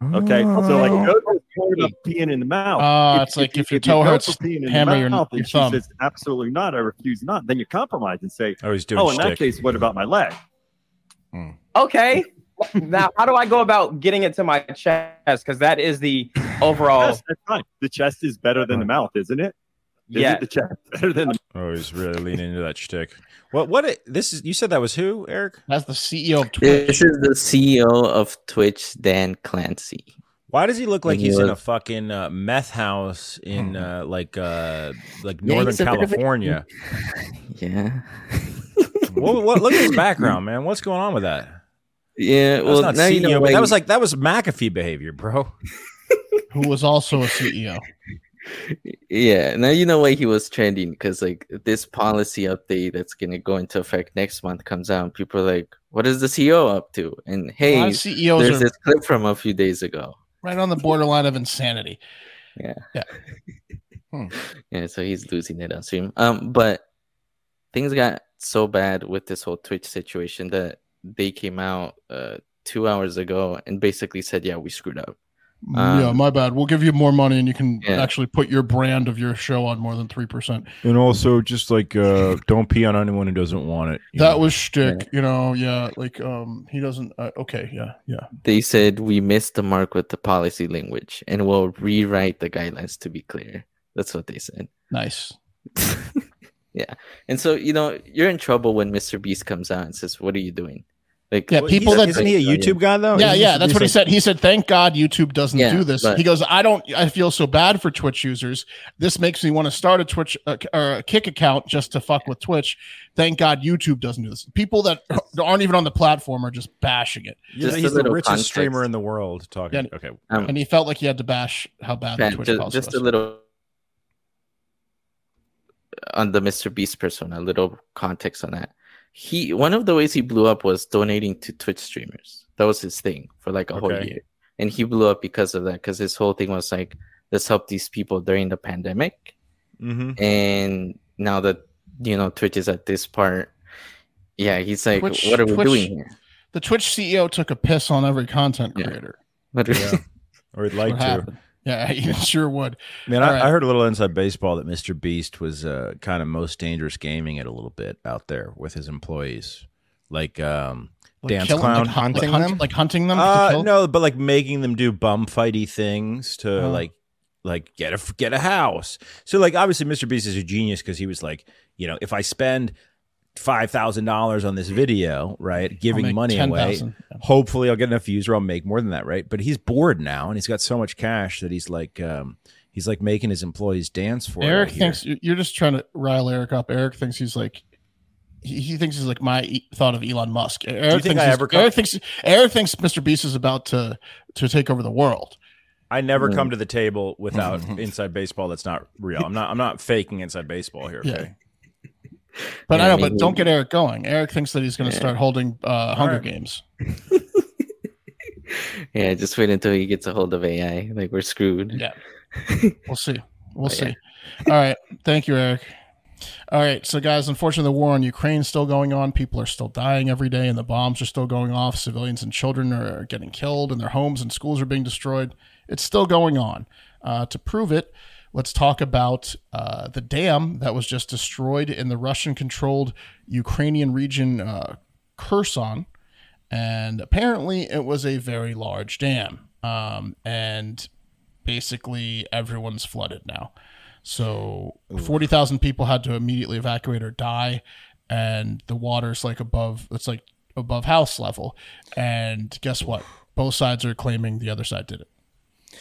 Speaker 1: Oh.
Speaker 8: Okay, so like goat is kind of a peeing in the
Speaker 7: Oh,
Speaker 8: mouth.
Speaker 1: Ah, it's like if your toe
Speaker 8: goat
Speaker 1: hurts,
Speaker 8: for peeing in the
Speaker 1: hammer your-
Speaker 8: mouth and
Speaker 1: your
Speaker 8: she
Speaker 1: thumb.
Speaker 8: says, Absolutely not. I refuse not. Then you compromise and say,
Speaker 2: Oh, he's doing
Speaker 8: Oh, in that
Speaker 2: shtick.
Speaker 8: case, what about my leg?
Speaker 9: Okay. now, how do I go about getting it to my chest? Because that is the overall.
Speaker 8: Yes, that's fine. The chest is better than the mouth, isn't it? Isn't
Speaker 9: yeah.
Speaker 8: the chest better than the
Speaker 2: Oh, he's really leaning into that shtick. What? What? It, this is. You said that was who, Eric?
Speaker 1: That's the CEO of Twitch.
Speaker 7: This is the CEO of Twitch, Dan Clancy.
Speaker 2: Why does he look like
Speaker 7: He
Speaker 2: he's in a
Speaker 7: was-
Speaker 2: fucking uh, meth house in uh, like uh, like
Speaker 7: Hmm. Yeah,
Speaker 2: Northern
Speaker 7: he's a bit of a-
Speaker 2: California?
Speaker 7: Yeah.
Speaker 2: what, what? Look at his background, man. What's going on with that?
Speaker 7: Yeah.
Speaker 2: That's
Speaker 7: well,
Speaker 2: not
Speaker 7: now
Speaker 2: CEO,
Speaker 7: you
Speaker 2: but
Speaker 7: know. why-
Speaker 2: that was like that was McAfee behavior, bro.
Speaker 1: who was also a CEO.
Speaker 7: Yeah, now you know why he was trending because like this policy update that's gonna go into effect next month comes out. And people are like, "What is the CEO up to?" And
Speaker 1: A
Speaker 7: hey,
Speaker 1: lot of
Speaker 7: there's
Speaker 1: CEOs E are
Speaker 7: this clip from a few days ago.
Speaker 1: right on the borderline of insanity.
Speaker 7: Yeah, so he's losing it on stream. Um, but things got so bad with this whole Twitch situation that they came out uh two hours ago and basically said, "Yeah, we screwed up." Um,
Speaker 1: yeah, my bad. We'll give you more money, and you can
Speaker 7: Yeah.
Speaker 1: actually put your brand of your show on more than three percent.
Speaker 2: And also, just like uh, don't pee on anyone who doesn't want it.
Speaker 1: That was shtick, you know. Yeah, like um, he doesn't. Uh, okay, yeah, yeah.
Speaker 7: They said we missed the mark with the policy language and will rewrite the guidelines to be clear. That's what they said.
Speaker 1: Nice.
Speaker 7: yeah. And so, you know, you're in trouble when Mr. Beast comes out and says, What are you doing? Like,
Speaker 1: Yeah, people that
Speaker 2: isn't he a YouTube guy
Speaker 7: Oh,
Speaker 2: though?
Speaker 1: yeah,
Speaker 2: Isn't
Speaker 1: yeah.
Speaker 2: he-
Speaker 1: That's
Speaker 2: he's
Speaker 1: what he
Speaker 2: like-
Speaker 1: said. He said, "Thank God YouTube doesn't
Speaker 7: Yeah,
Speaker 1: do this."
Speaker 7: but-
Speaker 1: he goes, "I don't. I feel so bad for Twitch users. This makes me want to start a Twitch uh, or a Kick account just to fuck with Twitch. Thank God YouTube doesn't do this. People that aren't even on the platform are just bashing it."
Speaker 2: Yeah,
Speaker 7: Just
Speaker 2: he's
Speaker 7: a
Speaker 2: the
Speaker 7: little
Speaker 2: richest
Speaker 7: context.
Speaker 2: streamer in the world. Talking. Okay.
Speaker 7: Um,
Speaker 1: And he felt like he had to bash how bad the
Speaker 7: Fan,
Speaker 1: Twitch
Speaker 7: ju-
Speaker 1: policy
Speaker 7: just
Speaker 1: was.
Speaker 7: a little on the Mr. Beast persona, a little context on that. He one of the ways he blew up was donating to Twitch streamers. That was his thing for like a whole
Speaker 2: Okay.
Speaker 7: year. And he blew up because of that, because his whole thing was like, let's help these people during the pandemic.
Speaker 2: Mm-hmm.
Speaker 7: and now that you know Twitch is at this part, yeah, he's like,
Speaker 1: Twitch-
Speaker 7: "What are we
Speaker 1: Twitch-
Speaker 7: doing here?"
Speaker 1: the Twitch CEO took a piss on every content
Speaker 7: Yeah.
Speaker 1: creator.
Speaker 7: What are we-
Speaker 2: Yeah. Or he'd
Speaker 1: That's
Speaker 2: like
Speaker 1: what
Speaker 2: to.
Speaker 1: happened. Yeah, he sure would.
Speaker 2: Man,
Speaker 1: All
Speaker 2: I,
Speaker 1: right.
Speaker 2: I heard a little inside baseball that Mr. Beast was uh, kind of most dangerous gaming it a little bit out there with his employees, like um, dance
Speaker 1: killing-
Speaker 2: clown.
Speaker 1: hun-
Speaker 3: hunting
Speaker 1: hunt-
Speaker 3: them?
Speaker 1: like hunting them. to
Speaker 2: uh,
Speaker 1: kill-
Speaker 2: no, but like making them do bum fighty things to
Speaker 1: Oh.
Speaker 2: like like get a get a house. So like obviously Mr. Beast is a genius because he was like, you know, if I spend five thousand dollars on this video, right,
Speaker 1: I'll
Speaker 2: giving
Speaker 1: make
Speaker 2: money away,
Speaker 1: 10,000.
Speaker 2: hopefully I'll get enough views or I'll make more than that, right? But he's bored now and he's got so much cash that he's like um he's like making his employees dance for it
Speaker 1: Eric
Speaker 2: out here.
Speaker 1: thinks you- you're just trying to rile Eric up. Eric thinks he's like. He he thinks he's like my e- thought of Elon Musk.
Speaker 2: think
Speaker 1: Eric thinks
Speaker 2: I
Speaker 1: he's-
Speaker 2: ever come-
Speaker 1: Eric thinks Eric thinks Mr. Beast is about to to take over the world.
Speaker 2: I never come to the table without inside baseball that's not real. I'm not I'm not faking inside baseball here, okay?
Speaker 1: Yeah. But
Speaker 7: Yeah,
Speaker 1: I know, but
Speaker 7: maybe-
Speaker 1: don't get Eric going. Eric thinks that he's going to
Speaker 7: Yeah.
Speaker 1: start holding uh, Hunger
Speaker 2: right.
Speaker 1: Games.
Speaker 7: yeah, just wait until he gets a hold of AI. Like we're screwed.
Speaker 1: Yeah. We'll see. We'll
Speaker 7: But yeah.
Speaker 1: see. All right. Thank you, Eric. All right. So, guys, unfortunately, the war in Ukraine is still going on. People are still dying every day, and the bombs are still going off. Civilians and children are getting killed, and their homes and schools are being destroyed. It's still going on. Uh, to prove it, let's talk about uh, the dam that was just destroyed in the Russian controlled Ukrainian region, uh, Kherson and apparently it was a very large dam. Um, and basically everyone's flooded now. So 40,000 people had to immediately evacuate or die. And the water's like above, it's like above house level. And guess what? Both sides are claiming the other side did it.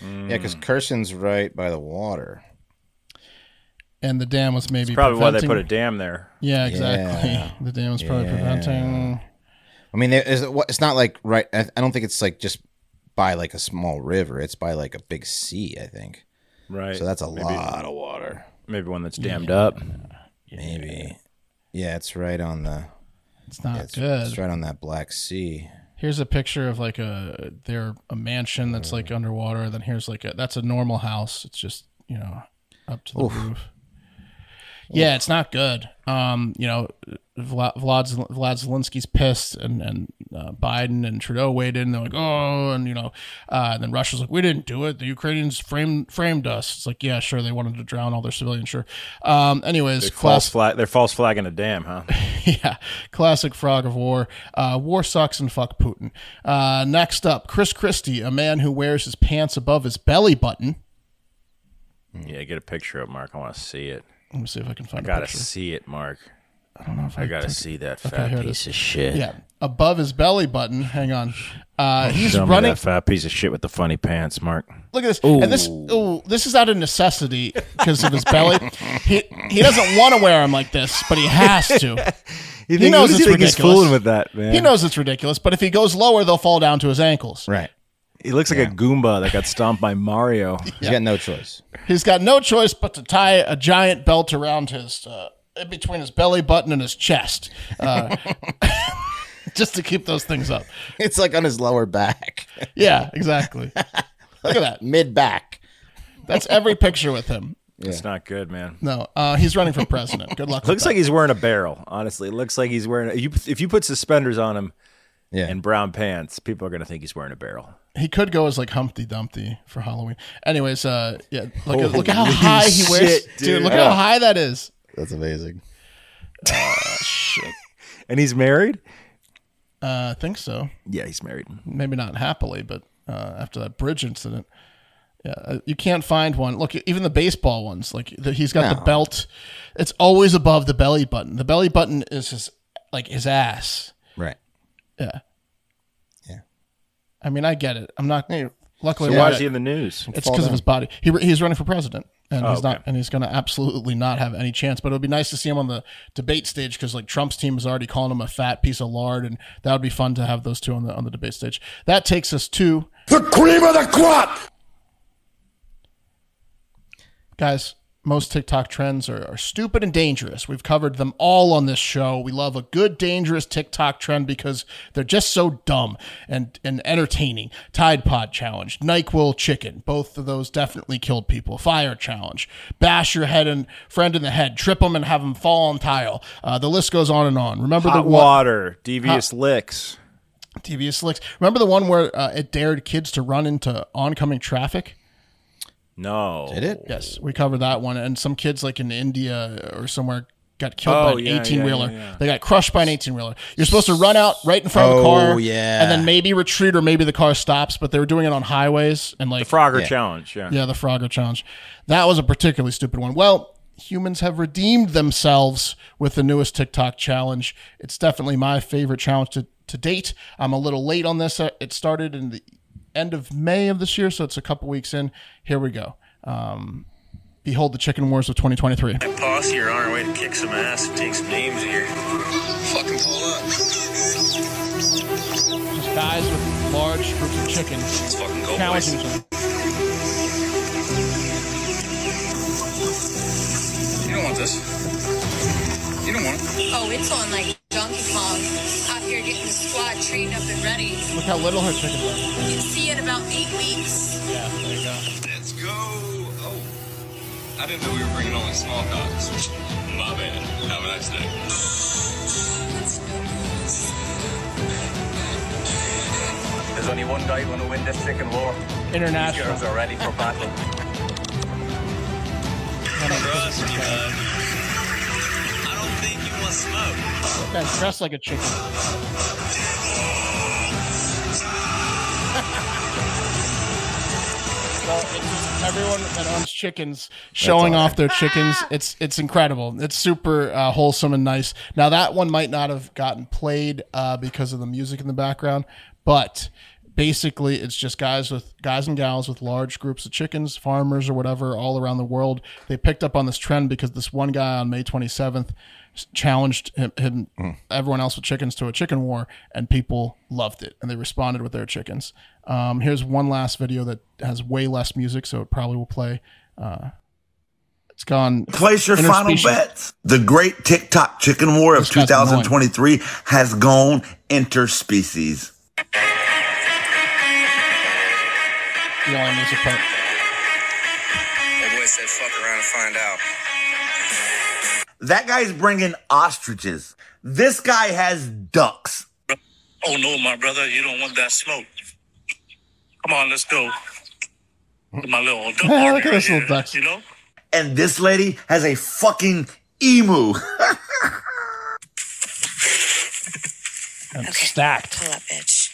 Speaker 3: Yeah, because Kerson's right by the water.
Speaker 1: And the dam was maybe
Speaker 2: It's probably why they
Speaker 1: preventing-
Speaker 2: put a dam there.
Speaker 1: Yeah, exactly.
Speaker 3: Yeah.
Speaker 1: The dam was probably
Speaker 3: Yeah.
Speaker 1: preventing.
Speaker 3: I mean, there is, it's not like right. I I don't think it's like just by like a small river. It's by like a big sea. I think
Speaker 2: Right.
Speaker 3: so. That's a lot of water.
Speaker 2: Maybe one that's dammed up.
Speaker 3: Maybe. Yeah, it's right on the.
Speaker 1: It's not
Speaker 3: It's,
Speaker 1: good.
Speaker 3: it's right on that Black Sea.
Speaker 1: Here's a picture of like a their a mansion that's like underwater. Then here's like a that's a normal house. It's just you know up to the roof. Yeah, it's not good. Um, you know, Vlad Vlad's, Vlad Zelensky's pissed, and and uh, Biden and Trudeau weighed in. They're like, oh, and you know, uh, and then Russia's like, we didn't do it. The Ukrainians framed framed us. It's like, yeah, sure, they wanted to drown all their civilians. Sure. Um, anyways,
Speaker 2: They're
Speaker 1: class
Speaker 2: false flag. They're false flagging a dam, huh?
Speaker 1: yeah, classic frog of war. Uh, war sucks and fuck Putin. Uh, next up, Chris Christie, a man who wears his pants above his belly button.
Speaker 2: yeah, get a picture of Mark. I want to see it.
Speaker 1: Let me see if I can find
Speaker 2: I
Speaker 1: a
Speaker 2: gotta
Speaker 1: picture.
Speaker 2: see it, Mark. I
Speaker 1: don't know if
Speaker 2: I,
Speaker 1: I
Speaker 2: gotta
Speaker 1: can-
Speaker 2: see that
Speaker 1: Okay,
Speaker 2: fat
Speaker 1: here it
Speaker 2: piece
Speaker 1: is.
Speaker 2: of shit.
Speaker 1: Yeah, above his belly button. Hang on. Uh, he's
Speaker 2: Oh, Show me
Speaker 1: running.
Speaker 2: that fat piece of shit with the funny pants, Mark.
Speaker 1: Look at this. And this ooh, this is out of necessity because of his belly. He he doesn't want to wear them like this, but he has to.
Speaker 2: You
Speaker 1: he
Speaker 2: think-
Speaker 1: knows
Speaker 2: who does
Speaker 1: it's
Speaker 2: he think he's
Speaker 1: ridiculous.
Speaker 2: fooling with that, man?
Speaker 1: He knows it's ridiculous, but if he goes lower, they'll fall down to his ankles.
Speaker 3: Right.
Speaker 2: He looks like a Goomba that got stomped by Mario.
Speaker 3: He's got no choice.
Speaker 1: He's got no choice but to tie a giant belt around his, uh, in between his belly button and his chest, uh, just to keep those things up.
Speaker 3: It's like on his lower back.
Speaker 1: Yeah, exactly. Look at that.
Speaker 3: Mid back.
Speaker 1: That's every picture with him.
Speaker 2: It's not good, man.
Speaker 1: No, uh, he's running for president. Good luck.
Speaker 2: Looks
Speaker 1: with
Speaker 2: like he's wearing a barrel. Honestly, It looks like he's wearing. A, you, if you put suspenders on him,
Speaker 3: Yeah.
Speaker 2: and brown pants, people are gonna think he's wearing a barrel.
Speaker 1: that. he could go as like Humpty Dumpty for Halloween. Anyways, uh, yeah, look at look at how high he wears,
Speaker 2: shit,
Speaker 1: dude.
Speaker 2: dude.
Speaker 1: Look at how high that is.
Speaker 3: That's amazing.
Speaker 2: And he's married.
Speaker 1: Uh, I think so.
Speaker 2: Yeah, he's married.
Speaker 1: maybe not happily, but uh, after that bridge incident, yeah, uh, you can't find one. Look, even the baseball ones, like the, he's got the
Speaker 3: No.
Speaker 1: belt. It's always above the belly button. The belly button is his like his ass.
Speaker 3: Right.
Speaker 1: Yeah.
Speaker 3: Yeah.
Speaker 1: I mean, I get it. I'm not. Luckily,
Speaker 2: So
Speaker 1: we're
Speaker 2: why
Speaker 1: not-
Speaker 2: is he in the news?
Speaker 1: it's
Speaker 3: Fall
Speaker 1: because of
Speaker 3: down.
Speaker 1: his body. He, he's running for president, and
Speaker 2: Oh,
Speaker 1: he's not,
Speaker 2: okay.
Speaker 1: and he's going to absolutely not have any chance. But it would be nice to see him on the debate stage because like Trump's team is already calling him a fat piece of lard, and that would be fun to have those two on the on the debate stage. That takes us to
Speaker 4: The cream of the crop!
Speaker 1: guys. Most TikTok trends are, are stupid and dangerous. We've covered them all on this show. We love a good dangerous TikTok trend because they're just so dumb and, and entertaining. Tide Pod Challenge, NyQuil Chicken, both of those definitely killed people. Fire Challenge, bash your head and friend in the head, trip them and have them fall on tile. Uh, the list goes on and on. Remember
Speaker 2: Hot
Speaker 1: the one-
Speaker 2: water, devious licks.
Speaker 1: devious slicks. Remember the one where uh, it dared kids to run into oncoming traffic?
Speaker 2: No,
Speaker 3: Did it?
Speaker 1: Yes, we covered that one, and some kids like in India or somewhere got killed
Speaker 2: Oh,
Speaker 1: by an
Speaker 2: yeah, yeah,
Speaker 1: eighteen wheeler.
Speaker 2: yeah, yeah.
Speaker 1: They got crushed by an eighteen wheeler. You're supposed to run out right in front
Speaker 3: Oh,
Speaker 1: of the car,
Speaker 3: yeah.
Speaker 1: and then maybe retreat or maybe the car stops. But they were doing it on highways and like
Speaker 2: The Frogger challenge. Yeah.
Speaker 1: yeah, the Frogger challenge. That was a particularly stupid one. Well, humans have redeemed themselves with the newest TikTok challenge. It's definitely my favorite challenge to, to date. I'm a little late on this. Uh, It started in the end of May of this year, so it's a couple weeks in. Here we go. Um, behold the chicken wars of 2023.
Speaker 10: Boss, you're on our way to kick some ass and take some names here.
Speaker 11: Fucking pull up.
Speaker 1: Just guys with large groups of chickens
Speaker 10: Let's fucking go,
Speaker 1: challenging
Speaker 10: boys.
Speaker 1: each other.
Speaker 10: You don't want this. You don't want it.
Speaker 12: Oh, it's on like Donkey Kong. Out here getting the squad trained up and ready.
Speaker 1: Look how little her chickens are.
Speaker 12: See you in about eight weeks.
Speaker 1: Yeah, there you go.
Speaker 10: Let's go. Oh, I didn't know we were bringing only small dogs. My bad. Have a nice day. There's only one guy going to win this chicken war.
Speaker 1: International.
Speaker 10: are ready for battle. I don't think you want smoke.
Speaker 1: That's dressed like a chicken. Well, it's just Everyone that owns chickens showing off their chickens. It's it's incredible. It's super uh, wholesome and nice. Now that one might not have gotten played uh, because of the music in the background, but basically it's just guys with guys and gals with large groups of chickens, farmers or whatever, all around the world. They picked up on this trend because this one guy on May 27th s- challenged him, him
Speaker 2: Hmm.
Speaker 1: everyone else with chickens to a chicken war, and people loved it and they responded with their chickens. Um, here's one last video that has way less music, so it probably will play. Uh, it's gone.
Speaker 13: Place your final
Speaker 1: interspecies.
Speaker 13: bets. The great TikTok chicken war of
Speaker 1: This guy's annoying.
Speaker 13: 2023 has gone interspecies.
Speaker 1: The only music part.
Speaker 10: That boy said, fuck around and find out.
Speaker 13: That guy's bringing ostriches. This guy has ducks.
Speaker 11: Oh no, my brother, you don't want that smoke. Come on, let's go. My little
Speaker 1: Look at this little ducks.
Speaker 13: And this lady has a fucking emu.
Speaker 1: I'm stacked.
Speaker 12: Pull up, bitch.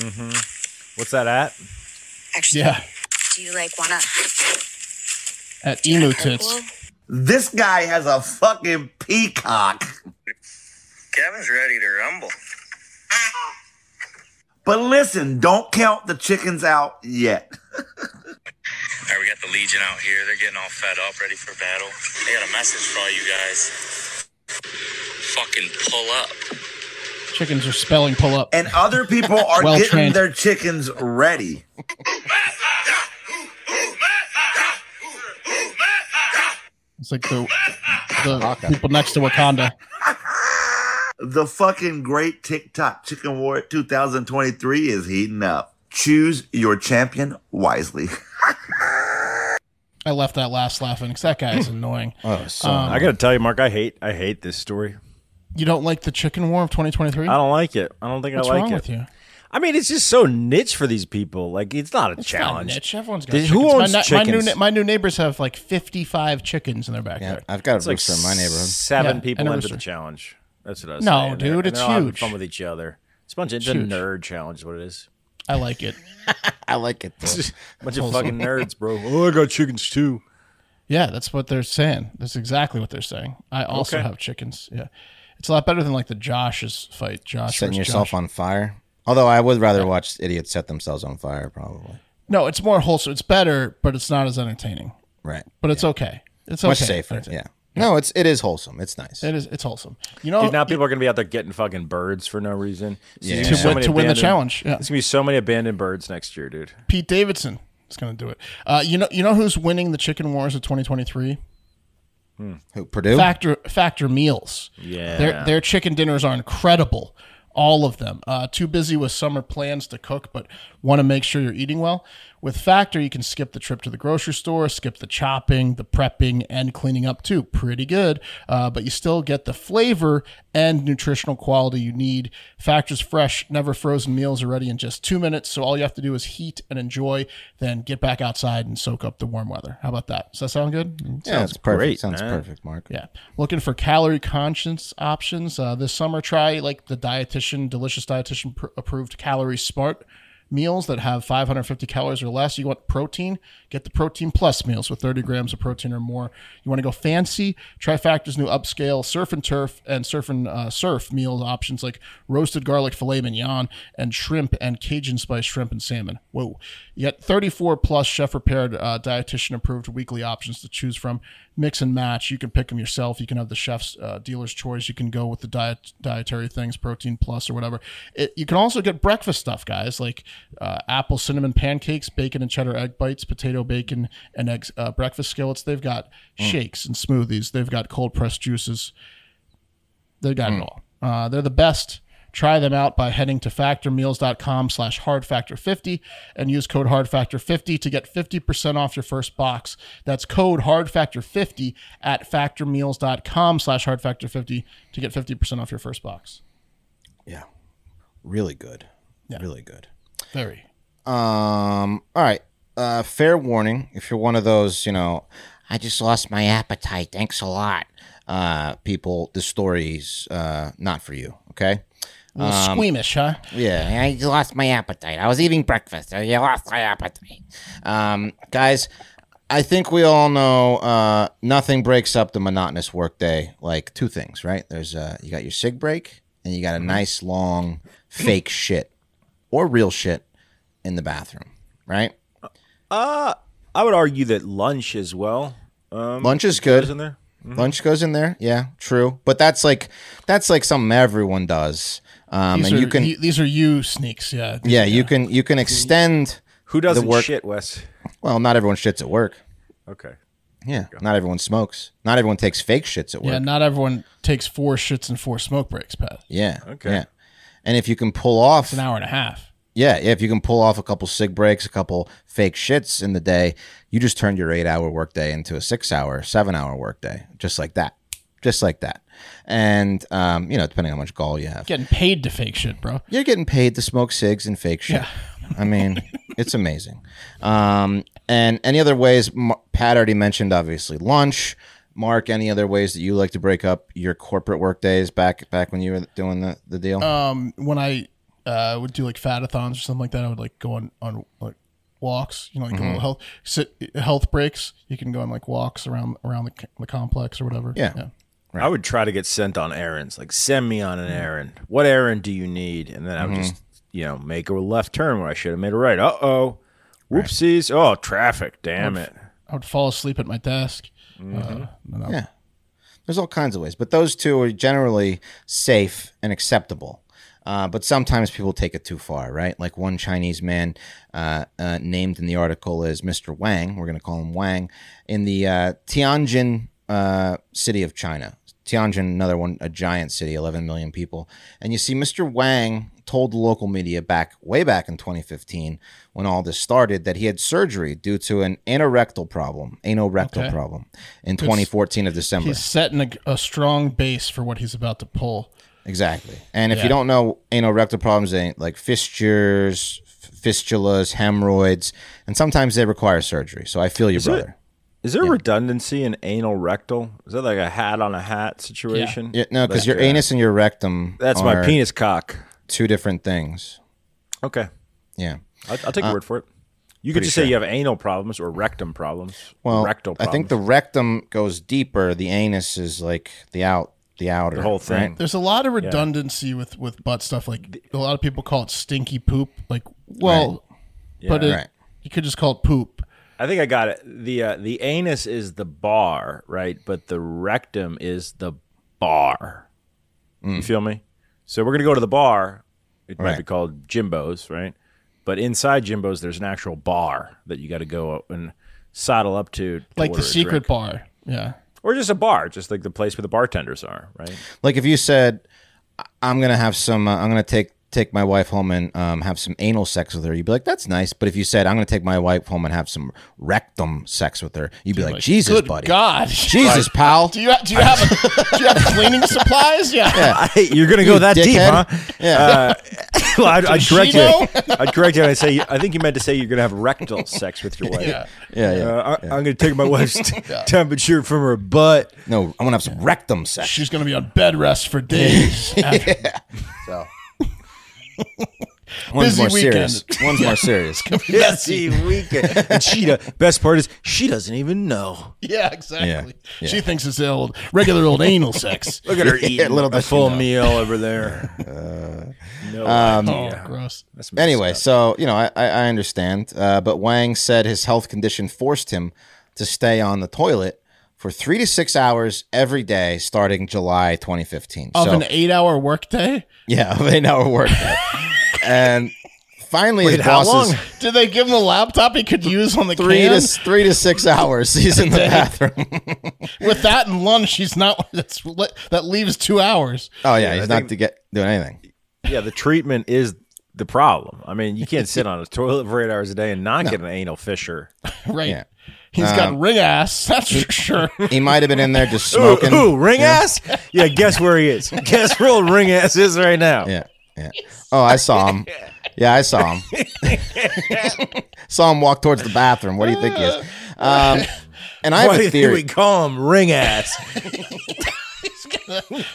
Speaker 2: Mm-hmm. What's that at?
Speaker 12: Actually,
Speaker 2: Yeah.
Speaker 12: do you like wanna?
Speaker 1: At emu
Speaker 12: tits.
Speaker 13: This guy has a fucking peacock.
Speaker 10: Kevin's ready to rumble.
Speaker 13: But listen, don't count the chickens out yet.
Speaker 10: All right, we got the Legion out here. They're getting all fed up, ready for battle. I got a message for all you guys. Fucking pull up.
Speaker 1: Chickens are spelling pull up.
Speaker 13: And other people are
Speaker 1: Well
Speaker 13: getting
Speaker 1: trained.
Speaker 13: their chickens ready.
Speaker 1: It's like the, the people next to Wakanda.
Speaker 13: The fucking great TikTok Chicken War 2023 is heating up. Choose your champion wisely.
Speaker 1: I left that last laughing because that guy is annoying. Um,
Speaker 2: Oh, I gotta tell you, Mark, I hate I hate this story.
Speaker 1: You don't like the chicken war of 2023?
Speaker 2: I don't like it. I don't think
Speaker 1: What's
Speaker 2: I like
Speaker 1: wrong
Speaker 2: it.
Speaker 1: with you?
Speaker 2: I mean, it's just so niche for these people. Like, it's not a
Speaker 1: It's
Speaker 2: challenge.
Speaker 1: Not niche. Everyone's got
Speaker 2: Did-
Speaker 1: chickens.
Speaker 2: who owns
Speaker 1: my, ne-
Speaker 2: chickens?
Speaker 1: My new, ne- my new neighbors have like 55 chickens in their backyard.
Speaker 3: I've got a
Speaker 2: It's like
Speaker 3: rooster in my neighborhood.
Speaker 2: Seven
Speaker 1: Yeah,
Speaker 2: people
Speaker 1: and a
Speaker 2: into the
Speaker 1: rooster.
Speaker 2: challenge. That's what I was
Speaker 1: No,
Speaker 2: saying. They're-
Speaker 1: dude,
Speaker 2: and
Speaker 1: it's
Speaker 2: they're all having
Speaker 1: huge.
Speaker 2: Fun with each other. It's a bunch of
Speaker 1: It's
Speaker 2: it's a
Speaker 1: huge.
Speaker 2: nerd challenge. Is what it is.
Speaker 1: I like it.
Speaker 3: I like it.
Speaker 2: bunch
Speaker 1: Wholesome.
Speaker 2: of fucking nerds, bro. Oh, I got chickens too.
Speaker 1: Yeah, that's what they're saying. That's exactly what they're saying. I also
Speaker 2: Okay.
Speaker 1: have chickens. Yeah. It's a lot better than like the Josh's fight. Josh
Speaker 3: Setting
Speaker 1: versus
Speaker 3: yourself
Speaker 1: Josh.
Speaker 3: on fire. Although I would rather watch idiots set themselves on fire, probably.
Speaker 1: No, it's more wholesome. It's better, but it's not as entertaining.
Speaker 3: Right.
Speaker 1: But it's okay. It's
Speaker 3: Much
Speaker 1: okay.
Speaker 3: safer. Yeah. No, it's it is wholesome. It's nice.
Speaker 1: It is. It's wholesome. You know,
Speaker 2: Dude, now people are gonna be out there getting fucking birds for no reason. It's
Speaker 3: Yeah.
Speaker 2: gonna be
Speaker 3: To
Speaker 1: win- to win the
Speaker 2: abandoned-
Speaker 1: challenge, yeah.
Speaker 2: It's gonna be so many abandoned birds next year, dude.
Speaker 1: Pete Davidson is going to do it. Uh, you know, you know who's winning the chicken wars of 2023?
Speaker 3: Who, Purdue?
Speaker 1: Factor Factor Meals.
Speaker 3: Yeah.
Speaker 1: Their their chicken dinners are incredible. All of them. Uh, too busy with summer plans to cook, but want to make sure you're eating well. With Factor, you can skip the trip to the grocery store, skip the chopping, the prepping, and cleaning up too. Pretty good. Uh, but you still get the flavor and nutritional quality you need. Factor's fresh, never frozen meals are ready in just two minutes. So all you have to do is heat and enjoy, then get back outside and soak up the warm weather. How about that? Does that sound good?
Speaker 3: Yeah, it's perfect.
Speaker 2: great,
Speaker 3: Sounds
Speaker 2: man.
Speaker 3: perfect, Mark.
Speaker 1: Yeah. Looking for calorie conscious options uh, this summer? Try like the dietitian, delicious dietitian pr- approved calorie smart meals that have 550 calories or less. You want protein? Get the protein plus meals with 30 grams of protein or more. You want to go fancy? Try Factor's new upscale surf and turf and surf and uh, surf meal options like roasted garlic filet mignon and shrimp and Cajun spice shrimp and salmon. Whoa. You got 34 plus chef prepared, uh, dietitian approved weekly options to choose from. Mix and match. You can pick them yourself. You can have the chef's uh, dealer's choice. You can go with the diet dietary things, protein plus or whatever. It, you can also get breakfast stuff, guys, like uh, apple cinnamon pancakes, bacon and cheddar egg bites, potato bacon and eggs uh, breakfast skillets. They've got shakes and smoothies. They've got cold pressed juices. They've
Speaker 3: Hmm.
Speaker 1: got it all. Uh, they're the best. Try them out by heading to factormeals.com slash hardfactor50 and use code hardfactor50 to get 50% off your first box. That's code hardfactor50 at factormeals.com slash hardfactor50 to get 50% off your first box.
Speaker 3: Yeah. Really good.
Speaker 1: Yeah.
Speaker 3: Really good.
Speaker 1: Very.
Speaker 3: Um. All right. Uh. Fair warning. If you're one of those, you know, I just lost my appetite. Thanks a lot. Uh. People, the story's uh not for you. Okay.
Speaker 1: A little
Speaker 3: Um,
Speaker 1: squeamish, huh?
Speaker 3: Yeah, I lost my appetite. I was eating breakfast. I lost my appetite. Um, guys, I think we all know uh, nothing breaks up the monotonous workday like two things, right? There's uh, you got your sig break, and you
Speaker 2: Mm-hmm.
Speaker 3: got a nice long fake shit or real shit in the bathroom, right?
Speaker 2: Uh I would argue that lunch as well. Um,
Speaker 3: Lunch is good.
Speaker 2: goes In there. Mhm.
Speaker 3: Lunch goes in there. Yeah, true. But that's like that's like something everyone does. Um,
Speaker 1: these,
Speaker 3: and
Speaker 1: are,
Speaker 3: you can
Speaker 1: y- these are you sneaks, yeah.
Speaker 3: yeah, you can you can extend
Speaker 2: Who
Speaker 3: the
Speaker 2: doesn't
Speaker 3: work.
Speaker 2: shit, Wes?
Speaker 3: Well, not everyone shits at work.
Speaker 2: Okay.
Speaker 3: Yeah, not everyone smokes. Not everyone takes fake shits at
Speaker 1: Yeah,
Speaker 3: work.
Speaker 1: not everyone takes four shits and four smoke breaks, Pat.
Speaker 3: Yeah.
Speaker 1: Okay.
Speaker 3: Yeah. And if you can pull off
Speaker 1: It's an hour and a half.
Speaker 3: yeah, yeah, if you can pull off a couple sig breaks, a couple fake shits in the day, you just turned your eight hour workday into a six hour, seven hour workday, just like that, just like that. and um, you know, depending on how much gall you have,
Speaker 1: Getting paid to fake shit, bro.
Speaker 3: you're getting paid to smoke cigs and fake shit.
Speaker 1: Yeah.
Speaker 3: I mean, it's amazing. Um, and any other ways? M- Pat already mentioned, obviously, lunch. Mark, any other ways that you like to break up your corporate work days back back when you were doing the, the deal?
Speaker 1: Um, when I uh, would do like fatathons or something like that, I would like go on on like walks. You know, like a
Speaker 3: Mhm.
Speaker 2: Mm-hmm.
Speaker 1: little health sit, health breaks. You can go on like walks around around the, c- the complex or whatever. yeah.
Speaker 2: I would try to get sent on errands. Like, send me on an
Speaker 3: Mm.
Speaker 2: errand. What errand do you need? And then I
Speaker 3: Mm-hmm.
Speaker 2: would
Speaker 1: Mhm.
Speaker 2: just, you know, make a left turn where I should have made a right. Uh oh. Whoopsies. Oh, traffic. Damn
Speaker 1: I would-
Speaker 2: it.
Speaker 1: I would fall asleep at my desk.
Speaker 2: Mm-hmm.
Speaker 1: Uh, and I-
Speaker 3: Yeah. There's all kinds of ways, but those two are generally safe and acceptable. Uh, but sometimes people take it too far, right? Like one Chinese man uh, uh, named in the article is Mr. Wang. We're going to call him Wang in the uh, Tianjin uh, city of China. Tianjin, another one, a giant city, 11 million people. And you see, Mr. Wang told the local media back way back in 2015 when all this started that he had surgery due to an anorectal problem, anorectal
Speaker 1: Okay.
Speaker 3: problem in
Speaker 1: It's-
Speaker 3: 2014 of December.
Speaker 1: He's setting a, a strong base for what he's about to pull.
Speaker 3: Exactly. And if
Speaker 1: Yeah.
Speaker 3: you don't know anal rectal problems, they like fistures, f- fistulas, hemorrhoids, and sometimes they require surgery. So I feel you,
Speaker 2: Is
Speaker 3: brother.
Speaker 2: there- Is there redundancy in anal rectal? Is that like a hat on a hat situation?
Speaker 3: Yeah, no, because
Speaker 2: Like,
Speaker 3: your
Speaker 2: uh,
Speaker 3: anus and your rectum.
Speaker 2: That's my
Speaker 3: are
Speaker 2: penis cock.
Speaker 3: Two different things.
Speaker 2: Okay.
Speaker 3: Yeah.
Speaker 2: I'll, I'll take your
Speaker 3: Uh,
Speaker 2: word for it. You could
Speaker 3: pretty
Speaker 2: just
Speaker 3: sure.
Speaker 2: say you have anal problems or rectum problems.
Speaker 3: Well,
Speaker 2: rectal
Speaker 3: I
Speaker 2: problems.
Speaker 3: think the rectum goes deeper. The anus is like the out, the outer. right?
Speaker 1: There's a lot of
Speaker 3: Yeah.
Speaker 1: redundancy with with butt stuff. Like a lot of people call it stinky poop. Like, well, but
Speaker 2: Yeah.
Speaker 1: it,
Speaker 2: Right.
Speaker 1: you could just call it poop.
Speaker 2: I think I got it. The uh, the anus is the bar, right? But the rectum is the bar. You feel me? So we're gonna go to the bar. It might be
Speaker 3: Right.
Speaker 2: called Jimbo's, right? But inside Jimbo's, there's an actual bar that you got to go up and saddle up to, to
Speaker 1: Like
Speaker 2: order
Speaker 1: the
Speaker 2: a
Speaker 1: secret
Speaker 2: drink.
Speaker 1: bar. Yeah.
Speaker 2: or just a bar, just like the place where the bartenders are, right?
Speaker 3: Like if you said, "I- "I'm gonna have some, uh, I'm gonna take take my wife home and um, have some anal sex with her," you'd be like, "That's nice." But if you said, "I'm gonna take my wife home and have some rectum sex with her," you'd be like, "Jesus,
Speaker 1: Good
Speaker 3: buddy,
Speaker 1: God.
Speaker 3: Jesus,
Speaker 1: Like,
Speaker 3: pal."
Speaker 1: Do you have, do you have do you have cleaning supplies? Yeah.
Speaker 2: You're gonna go
Speaker 3: You
Speaker 2: that deep, huh?
Speaker 3: dickhead. Yeah.
Speaker 2: Uh, well, I'd, I'd correct you.
Speaker 1: Toshino?
Speaker 2: I'd correct you. And I say, I think you meant to say you're gonna have rectal sex with your wife.
Speaker 1: Yeah.
Speaker 3: Yeah, yeah,
Speaker 2: Uh, I,
Speaker 3: yeah.
Speaker 2: I'm gonna take my wife's t-
Speaker 1: Yeah.
Speaker 2: temperature from her butt.
Speaker 3: No, I'm gonna have some rectum sex.
Speaker 1: She's gonna be on bed rest for days. after-
Speaker 3: yeah. So. One's
Speaker 1: Busy
Speaker 3: more
Speaker 1: weekend.
Speaker 3: serious. One's more serious.
Speaker 2: Busy weekend. And she, do- best part is she doesn't even know.
Speaker 1: Yeah, exactly.
Speaker 3: Yeah.
Speaker 1: She thinks it's old, regular old anal sex.
Speaker 2: Look at her
Speaker 3: Yeah,
Speaker 2: eating
Speaker 3: little
Speaker 2: a
Speaker 3: does she
Speaker 2: full
Speaker 3: know.
Speaker 2: meal over there. no
Speaker 3: um,
Speaker 2: idea.
Speaker 1: Oh, gross.
Speaker 2: That's messed
Speaker 3: anyway,
Speaker 2: up.
Speaker 3: so you know, I, I I understand. Uh, but Wang said his health condition forced him to stay on the toilet for three to six hours every day, starting July 2015.
Speaker 1: Of
Speaker 3: so,
Speaker 1: an eight-hour workday?
Speaker 3: yeah, of an hour work. day. and finally, his
Speaker 2: how
Speaker 3: bosses
Speaker 2: long?
Speaker 1: Did they give him a laptop he could use on the
Speaker 3: three
Speaker 1: can?
Speaker 3: to three to six hours. He's in the bathroom.
Speaker 1: With that and lunch, he's not. That's that leaves two hours.
Speaker 3: oh yeah,
Speaker 2: I
Speaker 3: he's not
Speaker 2: think-
Speaker 3: to get doing anything.
Speaker 2: yeah, the treatment is the problem. I mean, you can't sit on a toilet for eight hours a day and not get an anal fissure.
Speaker 1: Right.
Speaker 3: Yeah. Um,
Speaker 1: He's got ring ass. That's for sure.
Speaker 3: He might have been in there just
Speaker 2: Ooh,
Speaker 3: smoking.
Speaker 2: ooh, ring ass? Yeah, guess where he is? Guess where old ring ass is right now?
Speaker 3: Yeah, yeah. Oh, I saw him. Yeah, I saw him. saw him walk towards the bathroom. What do you think he is? Um, and I have
Speaker 2: Why do
Speaker 3: a
Speaker 2: you think
Speaker 3: theory.
Speaker 2: we call him ring ass?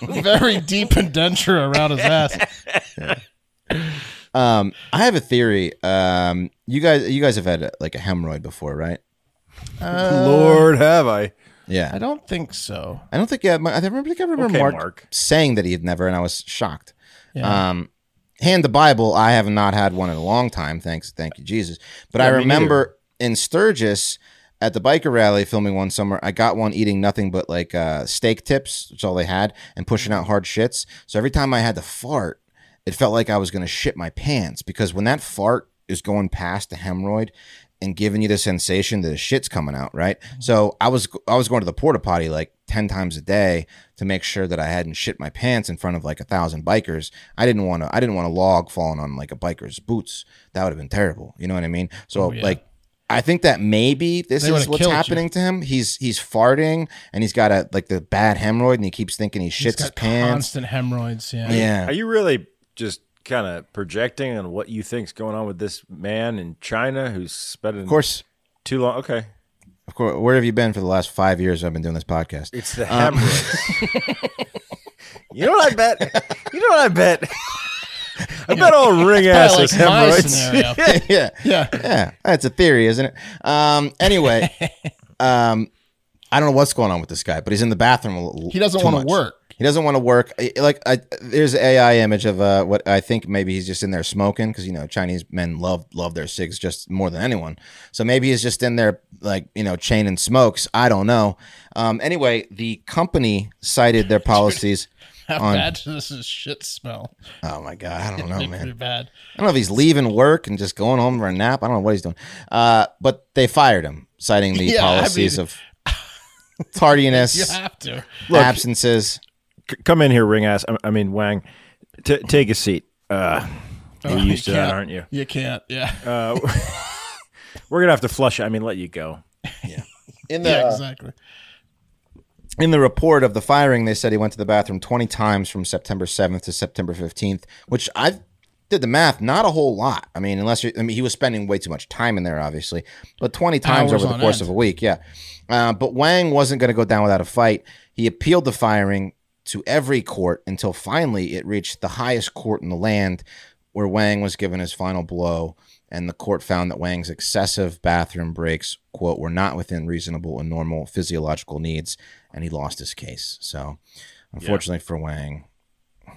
Speaker 1: Very deep indenture around his ass.
Speaker 3: Um, I have a theory. Um, you guys, you guys have had uh, like a hemorrhoid before, right? Uh,
Speaker 2: Lord, have I?
Speaker 3: Yeah,
Speaker 1: I don't think so.
Speaker 3: I don't think yeah, my, I remember. I think I remember
Speaker 2: Okay,
Speaker 3: Mark,
Speaker 2: Mark.
Speaker 3: saying that he had never, and I was shocked.
Speaker 1: Yeah.
Speaker 3: Um, hand the Bible. I have not had one in a long time. Thanks, thank you, Jesus. But I
Speaker 2: Yeah, me
Speaker 3: remember in Sturgis at the biker rally filming one summer. I got one eating nothing but like uh, steak tips, which all they had, and pushing out hard shits. So every time I had to fart, it felt like I was going to shit my pants because when that fart is going past the hemorrhoid and giving you the sensation that the shit's coming out, right?
Speaker 1: Mm-hmm.
Speaker 3: So I was I was going to the porta potty like ten times a day to make sure that I hadn't shit my pants in front of like a thousand bikers. I didn't want to I didn't want a log falling on like a biker's boots. That would have been terrible. You know what I mean? So
Speaker 1: Oh, yeah.
Speaker 3: like I think that maybe this
Speaker 1: They would've
Speaker 3: is what's
Speaker 1: killed you.
Speaker 3: happening to him. He's he's farting and he's got a like the bad hemorrhoid and he keeps thinking he shits his pants.
Speaker 1: Constant hemorrhoids. Yeah.
Speaker 3: Yeah.
Speaker 2: Are you really just kind of projecting on what you think's going on with this man in China who's spending
Speaker 3: Of course.
Speaker 2: too long? Okay.
Speaker 3: Of course, where have you been for the last five years? I've been doing this podcast.
Speaker 2: It's the
Speaker 3: Um,
Speaker 2: hemorrhoids. Uh, you know what I bet? You know what I bet? I bet all ring ass
Speaker 3: Probably
Speaker 2: is
Speaker 3: like my
Speaker 2: hemorrhoids.
Speaker 3: scenario. yeah.
Speaker 1: Yeah.
Speaker 3: Yeah. That's a theory, isn't it? Um, anyway, um, I don't know what's going on with this guy, but he's in the bathroom. a l-
Speaker 1: He doesn't
Speaker 3: too
Speaker 1: wanna
Speaker 3: much.
Speaker 1: work.
Speaker 3: He doesn't want to work. I- Like, I, there's an AI image of uh, what I think maybe he's just in there smoking because you know Chinese men love love their cigs just more than anyone. So maybe he's just in there like you know chain and smokes. I don't know. Um, anyway, the company cited their policies.
Speaker 1: How
Speaker 3: on,
Speaker 1: bad does this shit smell?
Speaker 3: Oh my god, I don't know,
Speaker 1: It'd be
Speaker 3: man.
Speaker 1: Pretty bad.
Speaker 3: I don't know if he's leaving work and just going home for a nap. I don't know what he's doing. Uh, but they fired him, citing the
Speaker 1: Yeah, I
Speaker 3: policies
Speaker 1: mean-
Speaker 3: of tardiness,
Speaker 1: You have to.
Speaker 2: Look-
Speaker 3: absences.
Speaker 2: C- come in here, ring ass. I, I mean, Wang, t- take a seat. Uh,
Speaker 1: Oh,
Speaker 2: you're used to that,
Speaker 1: can't-
Speaker 2: aren't you?
Speaker 1: You can't. Yeah.
Speaker 2: Uh, we're gonna have to flush. it. I mean, let you go.
Speaker 3: In uh,
Speaker 1: yeah, exactly.
Speaker 3: In the report of the firing, they said he went to the bathroom 20 times from September 7th to September 15th, which I did the math, not a whole lot. I mean, unless you I mean, he was spending way too much time in there, obviously, but 20 times
Speaker 1: Hours
Speaker 3: over the
Speaker 1: on
Speaker 3: course
Speaker 1: end.
Speaker 3: of a week. Yeah. Uh, but Wang wasn't going to go down without a fight. He appealed the firing to every court until finally it reached the highest court in the land, where Wang was given his final blow, and the court found that Wang's excessive bathroom breaks, quote, were not within reasonable and normal physiological needs, and he lost his case. So, unfortunately for Wang,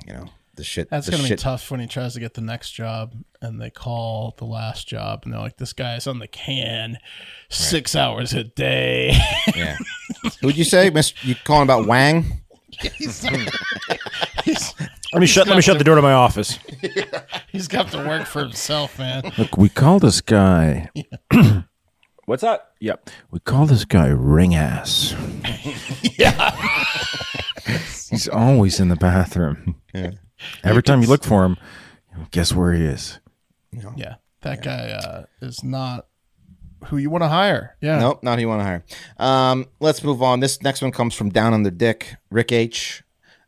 Speaker 3: you know, the shit.
Speaker 1: That's
Speaker 3: the
Speaker 1: gonna
Speaker 3: shit,
Speaker 1: be tough when he tries to get the next job, and they call the last job, and they're like, "This guy's on the can, six hours a day."
Speaker 3: Yeah. Who'd you say, Miss? You calling about Wang?
Speaker 1: He's- he's-
Speaker 2: Let me shut. Let me shut the door to my office.
Speaker 1: he's got to work for himself, man.
Speaker 2: Look, we call this guy. What's that? Yep. We call this guy Ring Ass.
Speaker 1: yeah.
Speaker 2: He's always in the bathroom.
Speaker 3: Yeah.
Speaker 2: Every time you look for him, guess where he is?
Speaker 1: Yeah. That guy uh, is not who you want to hire. Yeah.
Speaker 3: Nope, not who you want to hire. Um, let's move on. This next one comes from Down on the Dick, Rick H.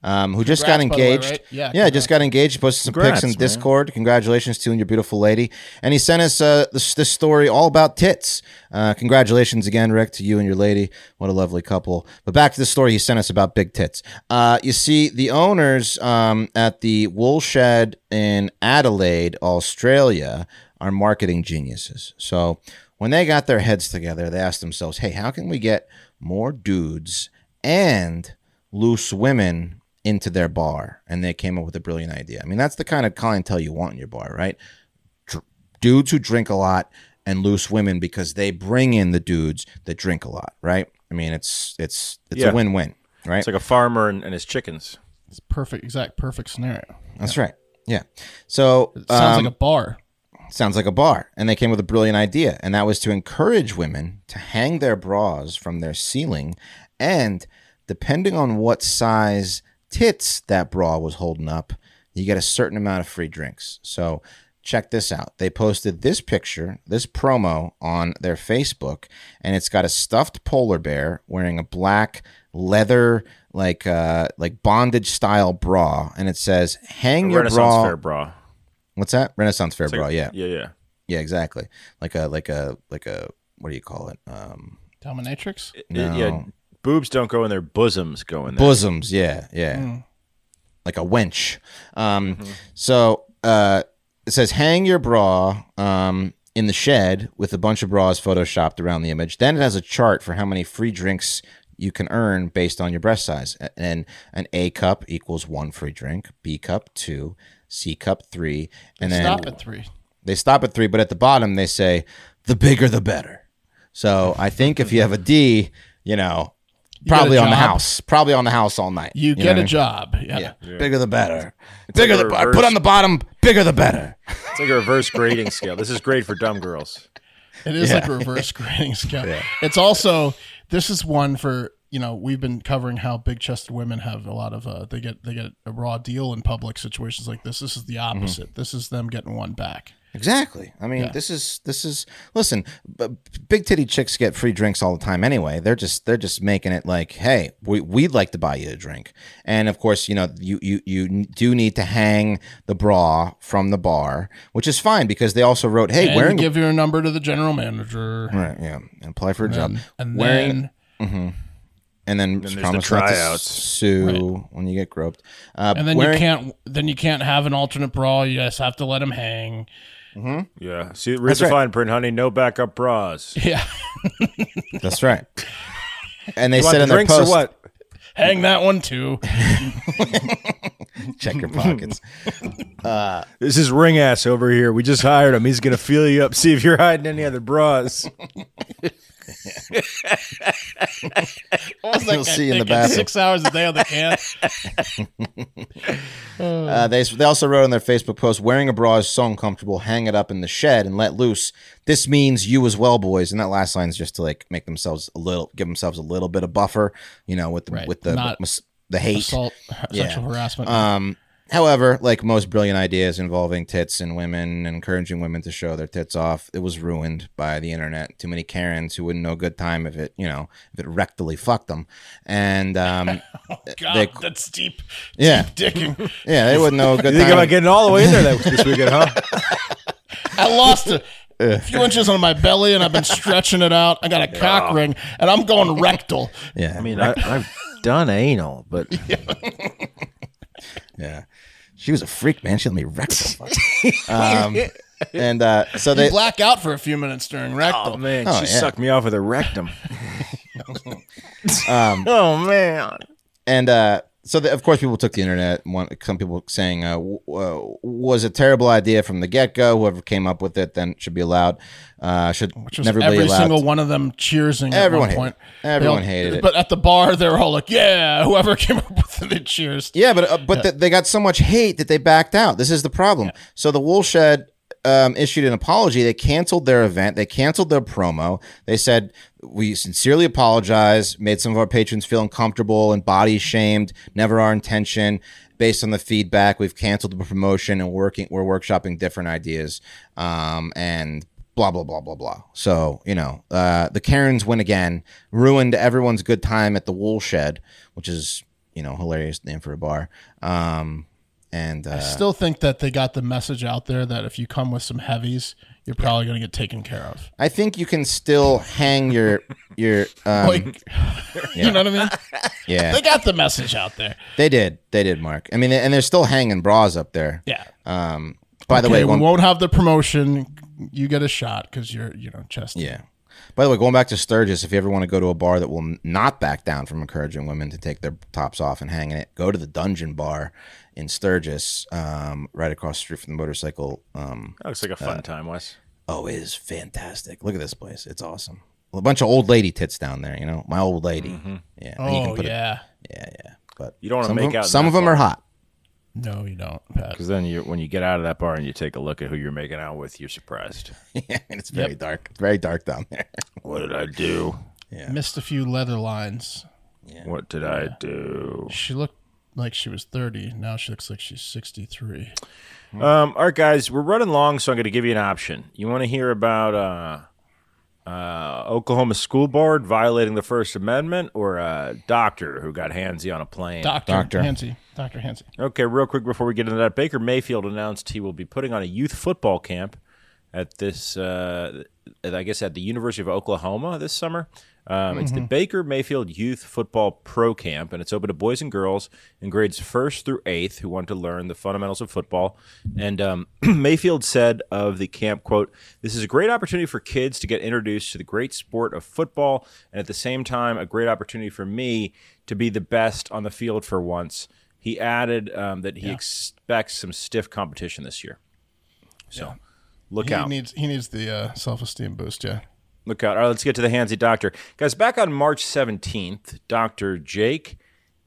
Speaker 3: Um, who just got
Speaker 1: Congrats, by the way,
Speaker 3: engaged?
Speaker 1: right? Yeah,
Speaker 3: yeah, just got engaged. Posted some
Speaker 2: Congrats,
Speaker 3: pics in
Speaker 2: man.
Speaker 3: Discord. Congratulations to you and your beautiful lady. And he sent us uh, this, this story all about tits. Uh, congratulations again, Rick, to you and your lady. What a lovely couple. But back to the story he sent us about big tits. Uh, you see, the owners um, at the wool shed in Adelaide, Australia, are marketing geniuses. So when they got their heads together, they asked themselves, hey, how can we get more dudes and loose women into their bar? And they came up clientele with a brilliant idea. I mean, that's the kind of clientele you want in your bar, right? Dr- dudes who drink a lot and loose women because they bring in the dudes that drink a lot, right? I mean, it's it's it's
Speaker 2: Yeah.
Speaker 3: a win-win, right?
Speaker 2: It's like a farmer and, and his chickens.
Speaker 1: It's perfect, exact, perfect scenario.
Speaker 3: That's right. Yeah. So
Speaker 1: Sounds
Speaker 3: um,
Speaker 1: like a bar.
Speaker 3: sounds like a bar. And they came with a brilliant idea, and that was to encourage women to hang their bras from their ceiling. And depending on what size tits that bra was holding up, you get a certain amount of free drinks. So check this out. They posted this picture, this promo on their Facebook, and it's got a stuffed polar bear wearing a black leather like uh like bondage style bra and it says hang your
Speaker 2: Renaissance
Speaker 3: bra
Speaker 2: fair bra.
Speaker 3: what's that renaissance fair
Speaker 2: It's like-
Speaker 3: bra yeah
Speaker 2: Yeah, yeah.
Speaker 3: yeah, exactly. Like a like a like a what do you call it? Um
Speaker 1: Dominatrix.
Speaker 2: Yeah, yeah.
Speaker 3: No.
Speaker 2: Boobs don't go in there. Bosoms go in there.
Speaker 3: bosoms, yeah, yeah.
Speaker 1: Mm.
Speaker 3: Like a wench. Um so uh it says hang your bra um in the shed with a bunch of bras photoshopped around the image. Then it has a chart for how many free drinks you can earn based on your breast size. A- And an A cup equals one free drink, B cup two, C cup three, and then
Speaker 1: Stop at three.
Speaker 3: They stop at three, but at the bottom they say the bigger the better. So I think if you have a D, you know,
Speaker 1: You get a
Speaker 3: probably on the
Speaker 1: job.
Speaker 3: house, probably on the house all night.
Speaker 1: You,
Speaker 3: know what
Speaker 1: get a
Speaker 3: I mean?
Speaker 1: job. Yeah.
Speaker 3: Yeah. bigger the better.
Speaker 2: It's
Speaker 3: bigger the
Speaker 2: like a
Speaker 3: better. Put
Speaker 2: reverse-
Speaker 3: on the bottom. Bigger the better.
Speaker 2: It's like a reverse grading scale. This is great for dumb girls.
Speaker 1: It is
Speaker 2: Yeah.
Speaker 1: like a reverse grading scale. It's also this is one for you know we've been covering how big chested women have a lot of uh,
Speaker 3: Mm-hmm.
Speaker 1: they get they get a raw deal in public situations like this. This is the opposite. This is them getting one back.
Speaker 3: Exactly. I mean, this is this is listen. b- Big titty chicks get free drinks all the time anyway. They're just they're just making it like, hey, we we'd like to buy you a drink, and of course, you know, you you you do need to hang the bra from the bar, which is fine because they also wrote, hey,
Speaker 1: and
Speaker 3: wearing
Speaker 1: give your number to the general manager.
Speaker 3: right, yeah, and apply for a
Speaker 1: And
Speaker 3: job,
Speaker 1: then- and
Speaker 3: wearing. Mhm. And then,
Speaker 1: there's the
Speaker 3: promise not to
Speaker 1: tryouts.
Speaker 3: sue when you get groped. Uh,
Speaker 1: and then
Speaker 3: wearing-
Speaker 1: you can't then you can't have an alternate bra. You just have to let him hang.
Speaker 3: Mm-hmm.
Speaker 2: Yeah. See, read
Speaker 1: That's
Speaker 2: the
Speaker 1: right.
Speaker 2: fine print, honey. No backup bras.
Speaker 1: Yeah.
Speaker 3: That's right. And they
Speaker 2: You want
Speaker 3: said
Speaker 2: the
Speaker 3: in their
Speaker 2: drinks or
Speaker 3: post,
Speaker 2: what?
Speaker 1: Hang that one too.
Speaker 3: Check your pockets. uh,
Speaker 2: This is ring ass over here. We just hired him. He's gonna feel you up, see if you're hiding any other bras.
Speaker 1: What was that
Speaker 3: You'll
Speaker 1: guy
Speaker 3: see in the
Speaker 1: thinking?
Speaker 3: bathroom.
Speaker 1: Six hours a day on the can.
Speaker 2: Hmm.
Speaker 3: Uh, they, they also wrote on their Facebook post, wearing a bra is so uncomfortable, hang it up in the shed and let loose. This means you as well, boys. And that last line is just to like make themselves a little, give themselves a little bit of buffer, you know, with the, with the,
Speaker 1: Not
Speaker 3: mis- the hate.
Speaker 1: assault, sexual harassment.
Speaker 3: Um, however, like most brilliant ideas involving tits and women, encouraging women to show their tits off, it was ruined by the internet. Too many Karens who wouldn't know good time if it, you know, if it rectally fucked them. And, um,
Speaker 1: God,
Speaker 3: they-
Speaker 1: that's deep.
Speaker 3: yeah.
Speaker 1: Deep dicking.
Speaker 3: Yeah, they wouldn't know a
Speaker 2: You
Speaker 3: good
Speaker 2: think
Speaker 3: time.
Speaker 2: about getting all the way in there that- this weekend, huh?
Speaker 1: I lost a, a few inches on my belly, and I've been stretching it out. I got a cock ring, and I'm going rectal.
Speaker 3: Yeah. I
Speaker 2: mean, I, I've done anal, but
Speaker 3: Yeah. She was a freak, man. She let me wreck the fuck. um, and uh, so they
Speaker 1: you black out for a few minutes during rectal.
Speaker 2: Oh, man,
Speaker 3: Oh,
Speaker 2: she
Speaker 3: yeah.
Speaker 2: sucked me off with a rectum.
Speaker 3: um,
Speaker 2: oh man.
Speaker 3: And uh, so, the, of course, people took the internet. One, some people saying uh, w- w- was a terrible idea from the get go. Whoever came up with it then should be allowed. Uh, should
Speaker 1: Which was
Speaker 3: never be
Speaker 1: every
Speaker 3: allowed.
Speaker 1: single one of them cheersing.
Speaker 3: Everyone
Speaker 1: at
Speaker 3: hated
Speaker 1: one point.
Speaker 3: it. Everyone
Speaker 1: They all-
Speaker 3: hated it.
Speaker 1: But at the bar, they were all like, "Yeah, whoever came up with it, it cheers."
Speaker 3: Yeah, but uh, but th- they got so much hate that they backed out. This is the problem. So the wool shed um, issued an apology. They canceled their event. They canceled their promo. They said we sincerely apologize. Made some of our patrons feel uncomfortable and body shamed. Never our intention. Based on the feedback, we've canceled the promotion and working. We're workshopping different ideas. Um, and blah blah blah blah blah. So you know, uh, the Karens win again, ruined everyone's good time at the wool shed, which is you know hilarious name for a bar. Um, and uh,
Speaker 1: I still think that they got the message out there that if you come with some heavies, you're probably going to get taken care of.
Speaker 3: I think you can still hang your your um,
Speaker 1: like,
Speaker 3: yeah.
Speaker 1: you know what I mean?
Speaker 3: Yeah.
Speaker 1: they got the message out there.
Speaker 3: They did, they did, Mark. I mean, and they're still hanging bras up there.
Speaker 1: Yeah.
Speaker 3: Um. By the
Speaker 1: Okay,
Speaker 3: way,
Speaker 1: we
Speaker 3: one,
Speaker 1: won't have the promotion. You get a shot because you're, you know, chest.
Speaker 3: Yeah. By the way, going back to Sturgis, if you ever want to go to a bar that will n- not back down from encouraging women to take their tops off and hanging it, go to the Dungeon Bar in Sturgis, um, right across the street from the motorcycle. Um,
Speaker 2: That looks like a fun
Speaker 3: uh,
Speaker 2: time, Wes.
Speaker 3: Oh, it is fantastic. Look at this place; it's awesome. A bunch of old lady tits down there, you know. My old lady. Yeah. and
Speaker 1: Oh, yeah.
Speaker 3: yeah, yeah. But
Speaker 2: You don't wanna
Speaker 3: some
Speaker 2: make
Speaker 3: of them,
Speaker 2: out in
Speaker 3: Some
Speaker 2: that
Speaker 3: of them
Speaker 2: bar.
Speaker 3: are hot.
Speaker 1: No, you don't.
Speaker 2: Because then you, when you get out of that bar and you take a look at who you're making out with, you're surprised.
Speaker 3: yeah, and it's very dark. It's very dark down there.
Speaker 2: What did I do?
Speaker 1: Missed a few leather lines.
Speaker 2: What did I do?
Speaker 1: She looked like she was 30. Now she looks like she's 63.
Speaker 2: Um, all right, guys, we're running long, so I'm going to give you an option. You want to hear about uh, uh, Oklahoma school board violating the First Amendment, or a doctor who got handsy on a plane?
Speaker 1: Doctor, Hansy. Doctor Hansy.
Speaker 2: Okay, real quick before we get into that, Baker Mayfield announced he will be putting on a youth football camp at this, uh, I guess, at the University of Oklahoma this summer. Um, It's the
Speaker 14: Mhm.
Speaker 2: Baker Mayfield Youth Football Pro Camp, and it's open to boys and girls in grades first through eighth who want to learn the fundamentals of football. And um, Mayfield said of the camp, "quote This is a great opportunity for kids to get introduced to the great sport of football, and at the same time, a great opportunity for me to be the best on the field for once." He added um, that he expects some stiff competition this year. So look
Speaker 1: he
Speaker 2: out.
Speaker 1: Needs, he needs the uh, self esteem boost, yeah.
Speaker 2: Look out. All right, let's get to the handsy doctor. Guys, back on March 17th, Dr. Jake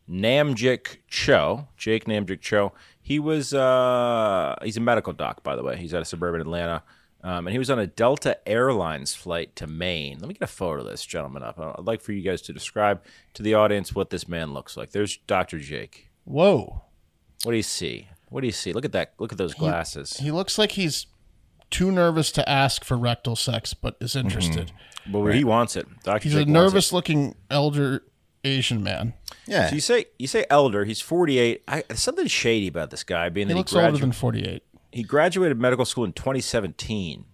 Speaker 2: Namjik Cho, Jake Namjik Cho, he was, uh, he's a medical doc, by the way. He's out of suburban Atlanta. Um, and he was on a Delta Airlines flight to Maine. Let me get a photo of this gentleman up. I'd like for you guys to describe to the audience what this man looks like. There's Dr. Jake.
Speaker 1: Whoa.
Speaker 2: What do you see? What do you see? Look at that. Look at those
Speaker 1: He-
Speaker 2: glasses.
Speaker 1: He, looks like he's too nervous to ask for rectal sex, but is interested.
Speaker 2: Mhm. But he wants it. Dr.
Speaker 1: He's
Speaker 2: Jake wants
Speaker 1: a
Speaker 2: it.
Speaker 1: nervous-looking elder Asian man.
Speaker 2: So you say you say elder. He's forty eight. I something shady about this guy being
Speaker 1: He
Speaker 2: that
Speaker 1: looks
Speaker 2: he gradu-
Speaker 1: older than 48.
Speaker 2: He graduated medical school in twenty seventeen.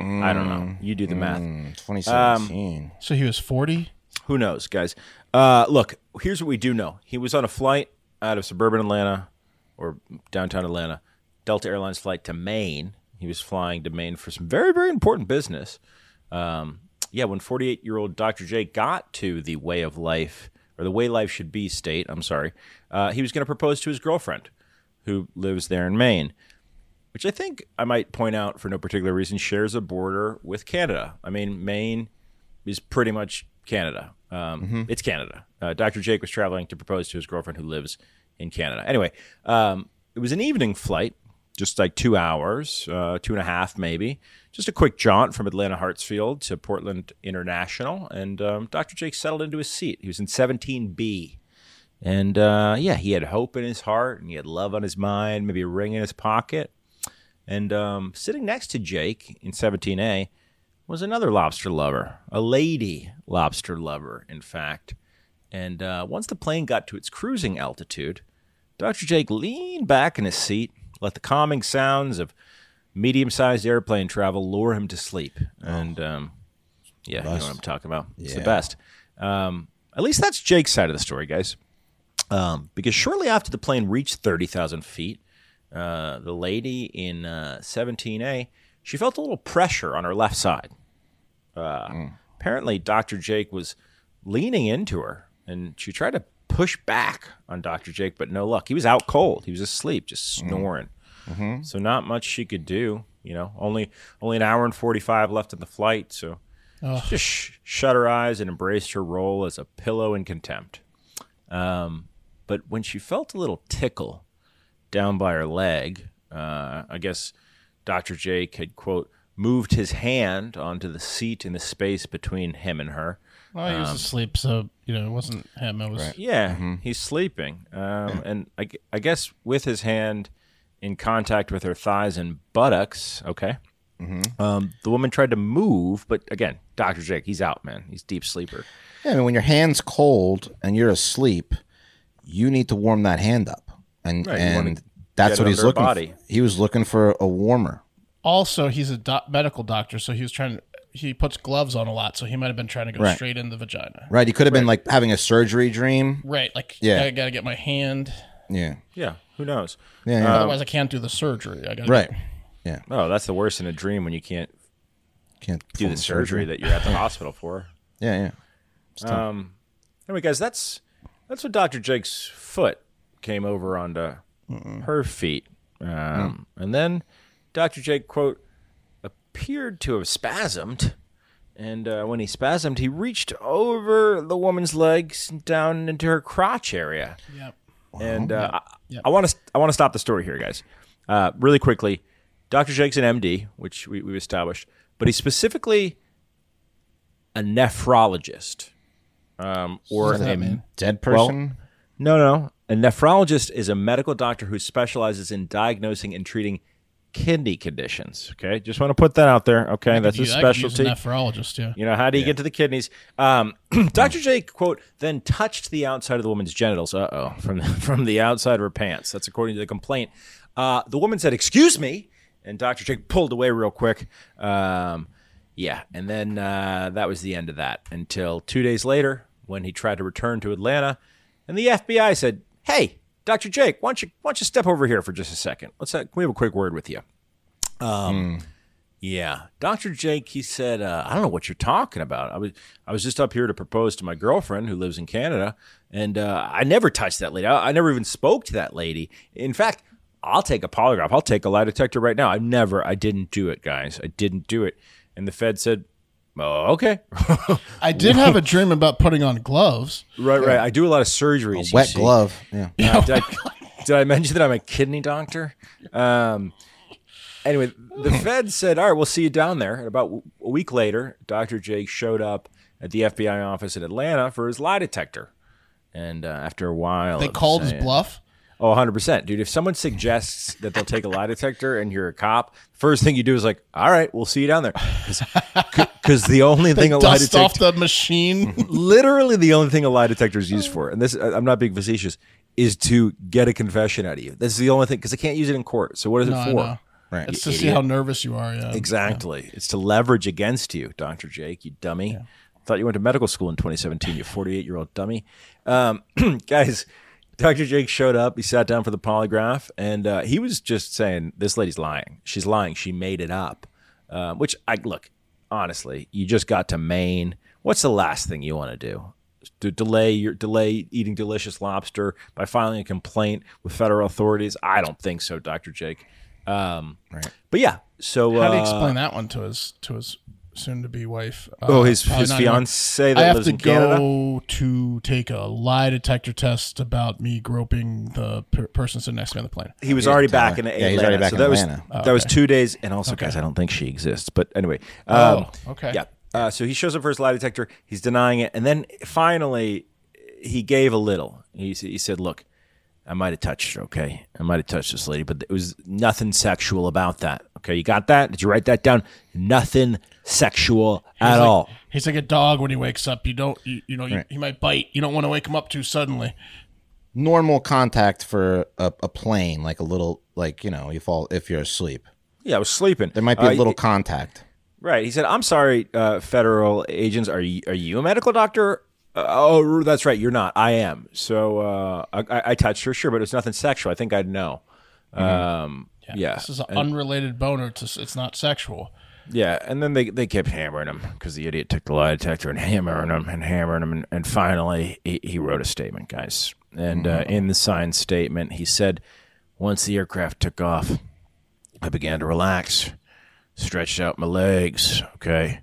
Speaker 2: I don't know. You do the math. Twenty
Speaker 3: Um,
Speaker 1: 2017. so he was forty.
Speaker 2: Who knows, guys? Uh, look, here's what we do know. He was on a flight out of suburban Atlanta or downtown Atlanta, Delta Airlines flight to Maine. He was flying to Maine for some very, very important business. Um, yeah, when 48 year old Dr. J got to the way of life, or the way life should be state, I'm sorry, uh, he was going to propose to his girlfriend who lives there in Maine, which I think I might point out for no particular reason shares a border with Canada. I mean, Maine is pretty much Canada. Um, It's Canada. Uh, Dr. Jake was traveling to propose to his girlfriend who lives in Canada. Anyway, um, it was an evening flight, just like two hours, uh, two and a half maybe. Just a quick jaunt from Atlanta Hartsfield to Portland International. And um, Dr. Jake settled into his seat. He was in 17B. And uh, yeah, he had hope in his heart and he had love on his mind, maybe a ring in his pocket. And um, sitting next to Jake in 17A was another lobster lover, a lady lobster lover, in fact. And uh, once the plane got to its cruising altitude, Dr. Jake leaned back in his seat, let the calming sounds of medium sized airplane travel lure him to sleep. And um, yeah, you know what I'm talking about. It's the
Speaker 10: Yeah.
Speaker 2: best. Um, at least that's Jake's side of the story, guys. Um, because shortly after the plane reached 30,000 feet, uh, the lady in uh, 17A, she felt a little pressure on her left side. Uh, Apparently, Dr. Jake was leaning into her, and she tried to push back on Dr. Jake, but no luck. He was out cold. He was asleep, just snoring. So not much she could do. You know, only only an hour and forty five left in the flight. So
Speaker 1: Ugh.
Speaker 2: she just sh- shut her eyes and embraced her role as a pillow in contempt. Um, but when she felt a little tickle down by her leg, uh, I guess Dr. Jake had, quote, moved his hand onto the seat in the space between him and her.
Speaker 1: Well, he was
Speaker 2: Um,
Speaker 1: asleep, so you know it wasn't him. It was
Speaker 2: yeah, he's sleeping. Um, And I, gu- I guess with his hand in contact with her thighs and buttocks, okay, um, the woman tried to move, but again, Dr. Jake, he's out, man. He's deep sleeper.
Speaker 3: Yeah, I mean, when your hand's cold and you're asleep, you need to warm that hand up, and
Speaker 1: Right, you wanna
Speaker 3: and
Speaker 1: get
Speaker 3: that's what
Speaker 1: it
Speaker 3: he's
Speaker 1: under
Speaker 3: looking.
Speaker 1: her body.
Speaker 3: For. He was looking for a warmer.
Speaker 1: Also, he's a doc- medical doctor, so he was trying to. He puts gloves on a lot, so he might have been trying to go
Speaker 3: Right.
Speaker 1: straight in the vagina.
Speaker 3: Right, he could have been like having a surgery dream.
Speaker 1: Right, like
Speaker 3: yeah,
Speaker 1: I gotta get my hand.
Speaker 3: yeah,
Speaker 2: Yeah, who knows?
Speaker 3: Yeah, yeah.
Speaker 1: Otherwise, I can't do the surgery. I gotta
Speaker 3: Um, right. Yeah.
Speaker 2: Oh, that's the worst in a dream when you can't
Speaker 3: Can't
Speaker 2: do the
Speaker 3: perform
Speaker 2: surgery
Speaker 3: surgery.
Speaker 2: that you're at the hospital for.
Speaker 3: Yeah, yeah. It's tough.
Speaker 2: Um, anyway, guys, that's that's what Doctor Jake's foot came over onto her feet, um, and then Doctor Jake quote appeared to have spasmed, and uh, when he spasmed, he reached over the woman's legs and down into her crotch area.
Speaker 1: Yep.
Speaker 2: And uh, I-
Speaker 1: Yep.
Speaker 2: I want to I want to stop the story here, guys. Uh, really quickly, Doctor Jake's an MD, which we, we've established, but he's specifically a nephrologist um, or
Speaker 3: What does that
Speaker 2: a
Speaker 3: mean? Dead
Speaker 2: well,
Speaker 3: person?
Speaker 2: no, no. A nephrologist is a medical doctor who specializes in diagnosing and treating kidney conditions. Okay, just want to put that out there. Okay, that's
Speaker 1: you,
Speaker 2: his
Speaker 1: I could use a
Speaker 2: specialty.
Speaker 1: nephrologist, yeah.
Speaker 2: You know, how do you get to the kidneys? Um, Dr. Jake, quote, then touched the outside of the woman's genitals. Uh oh, from, from the outside of her pants. That's according to the complaint. Uh, the woman said, Excuse me. And Dr. Jake pulled away real quick. Um, yeah. And then uh, that was the end of that until two days later when he tried to return to Atlanta. And the FBI said, Hey, Dr. Jake, why don't you, why don't you step over here for just a second? Let's have, can we have a quick word with you? Um, yeah, Doctor Jake. He said, uh, "I don't know what you're talking about. I was I was just up here to propose to my girlfriend who lives in Canada, and uh, I never touched that lady. I, I never even spoke to that lady. In fact, I'll take a polygraph. I'll take a lie detector right now. I never. I didn't do it, guys. I didn't do it." And the Fed said, "Oh, okay,
Speaker 1: I did have a dream about putting on gloves.
Speaker 2: right, right. I do a lot of surgeries. you
Speaker 3: wet
Speaker 2: see.
Speaker 3: glove, yeah.
Speaker 2: Uh,
Speaker 1: Oh
Speaker 2: did, I, did I mention that I'm a kidney doctor? Um, anyway, the Fed said, "All right, we'll see you down there." And about w- a week later, Dr. Jake showed up at the FBI office in Atlanta for his lie detector. And uh, after a while,
Speaker 1: They
Speaker 2: of
Speaker 1: called his
Speaker 2: saying-
Speaker 1: bluff?
Speaker 2: Oh, 100%. Dude, if someone suggests that they'll take a lie detector and you're a cop, first thing you do is like, all right, we'll see you down there. Because the only
Speaker 1: They
Speaker 2: thing a lie
Speaker 1: dust
Speaker 2: detector
Speaker 1: off the machine.
Speaker 2: literally the only thing a lie detector is used for, and this I- I'm not being facetious, is to get a confession out of you. This is the only thing because they can't use it in court. So what is
Speaker 1: No, I
Speaker 2: it for?
Speaker 1: know. It's to see how nervous you are. Yeah.
Speaker 2: Exactly. It's to leverage against you, Dr. Jake, you dummy. Thought you went to medical school in 2017, you 48 year old dummy. Um, guys, Dr. Jake showed up. He sat down for the polygraph, and uh, he was just saying, This lady's lying. She's lying. She made it up. Um, which, I look, honestly, you just got to Maine. What's the last thing you want to do? to delay your delay eating delicious lobster by filing a complaint with federal authorities? I don't think so, Dr. Jake. Um, But yeah, so
Speaker 1: How do you
Speaker 2: uh,
Speaker 1: explain that one to his to his soon to be wife? Uh,
Speaker 2: Oh, his-
Speaker 1: probably
Speaker 2: his
Speaker 1: not even-
Speaker 2: fiancée that
Speaker 1: I have
Speaker 2: lives
Speaker 1: to
Speaker 2: in
Speaker 1: go to take a lie detector test about me groping the per- person sitting next to me on the plane.
Speaker 2: He was uh, already back in Atlanta. so that was
Speaker 1: Oh,
Speaker 2: that was two days, and also, guys, I don't think she exists. But anyway, um,
Speaker 1: Oh, okay.
Speaker 2: yeah. Uh, so he shows up for his lie detector. He's denying it, and then finally, he gave a little. He, s- he said, "Look, I might have touched her. Okay, I might have touched this lady, but it was nothing sexual about that. Okay, you got that? Did you write that down? Nothing sexual
Speaker 1: He's
Speaker 2: at
Speaker 1: like-
Speaker 2: all.
Speaker 1: He's like a dog when he wakes up. You don't, you, you know, you,
Speaker 3: Right.
Speaker 1: he might bite. You don't want to wake him up too suddenly.
Speaker 3: normal contact for a, a plane, like a little, like you know, you fall if you're asleep.
Speaker 2: Yeah, I was sleeping.
Speaker 3: There might be
Speaker 2: Uh,
Speaker 3: a little
Speaker 2: it-
Speaker 3: contact.
Speaker 2: Right. He said, "I'm sorry, uh, federal agents. Are you are you a medical doctor? Uh, oh, that's right. You're not. I am. So uh, I- I, I touched her, sure, but it was nothing sexual. I think I'd know. Um, yeah.
Speaker 1: This is an
Speaker 2: And-
Speaker 1: unrelated boner. To, s- it's not sexual.
Speaker 2: yeah, and then they, they kept hammering him because the idiot took the lie detector and hammering him and hammering him. And, and finally, he, he wrote a statement, guys. And uh, in the signed statement, he said, Once the aircraft took off, I began to relax, stretched out my legs, okay?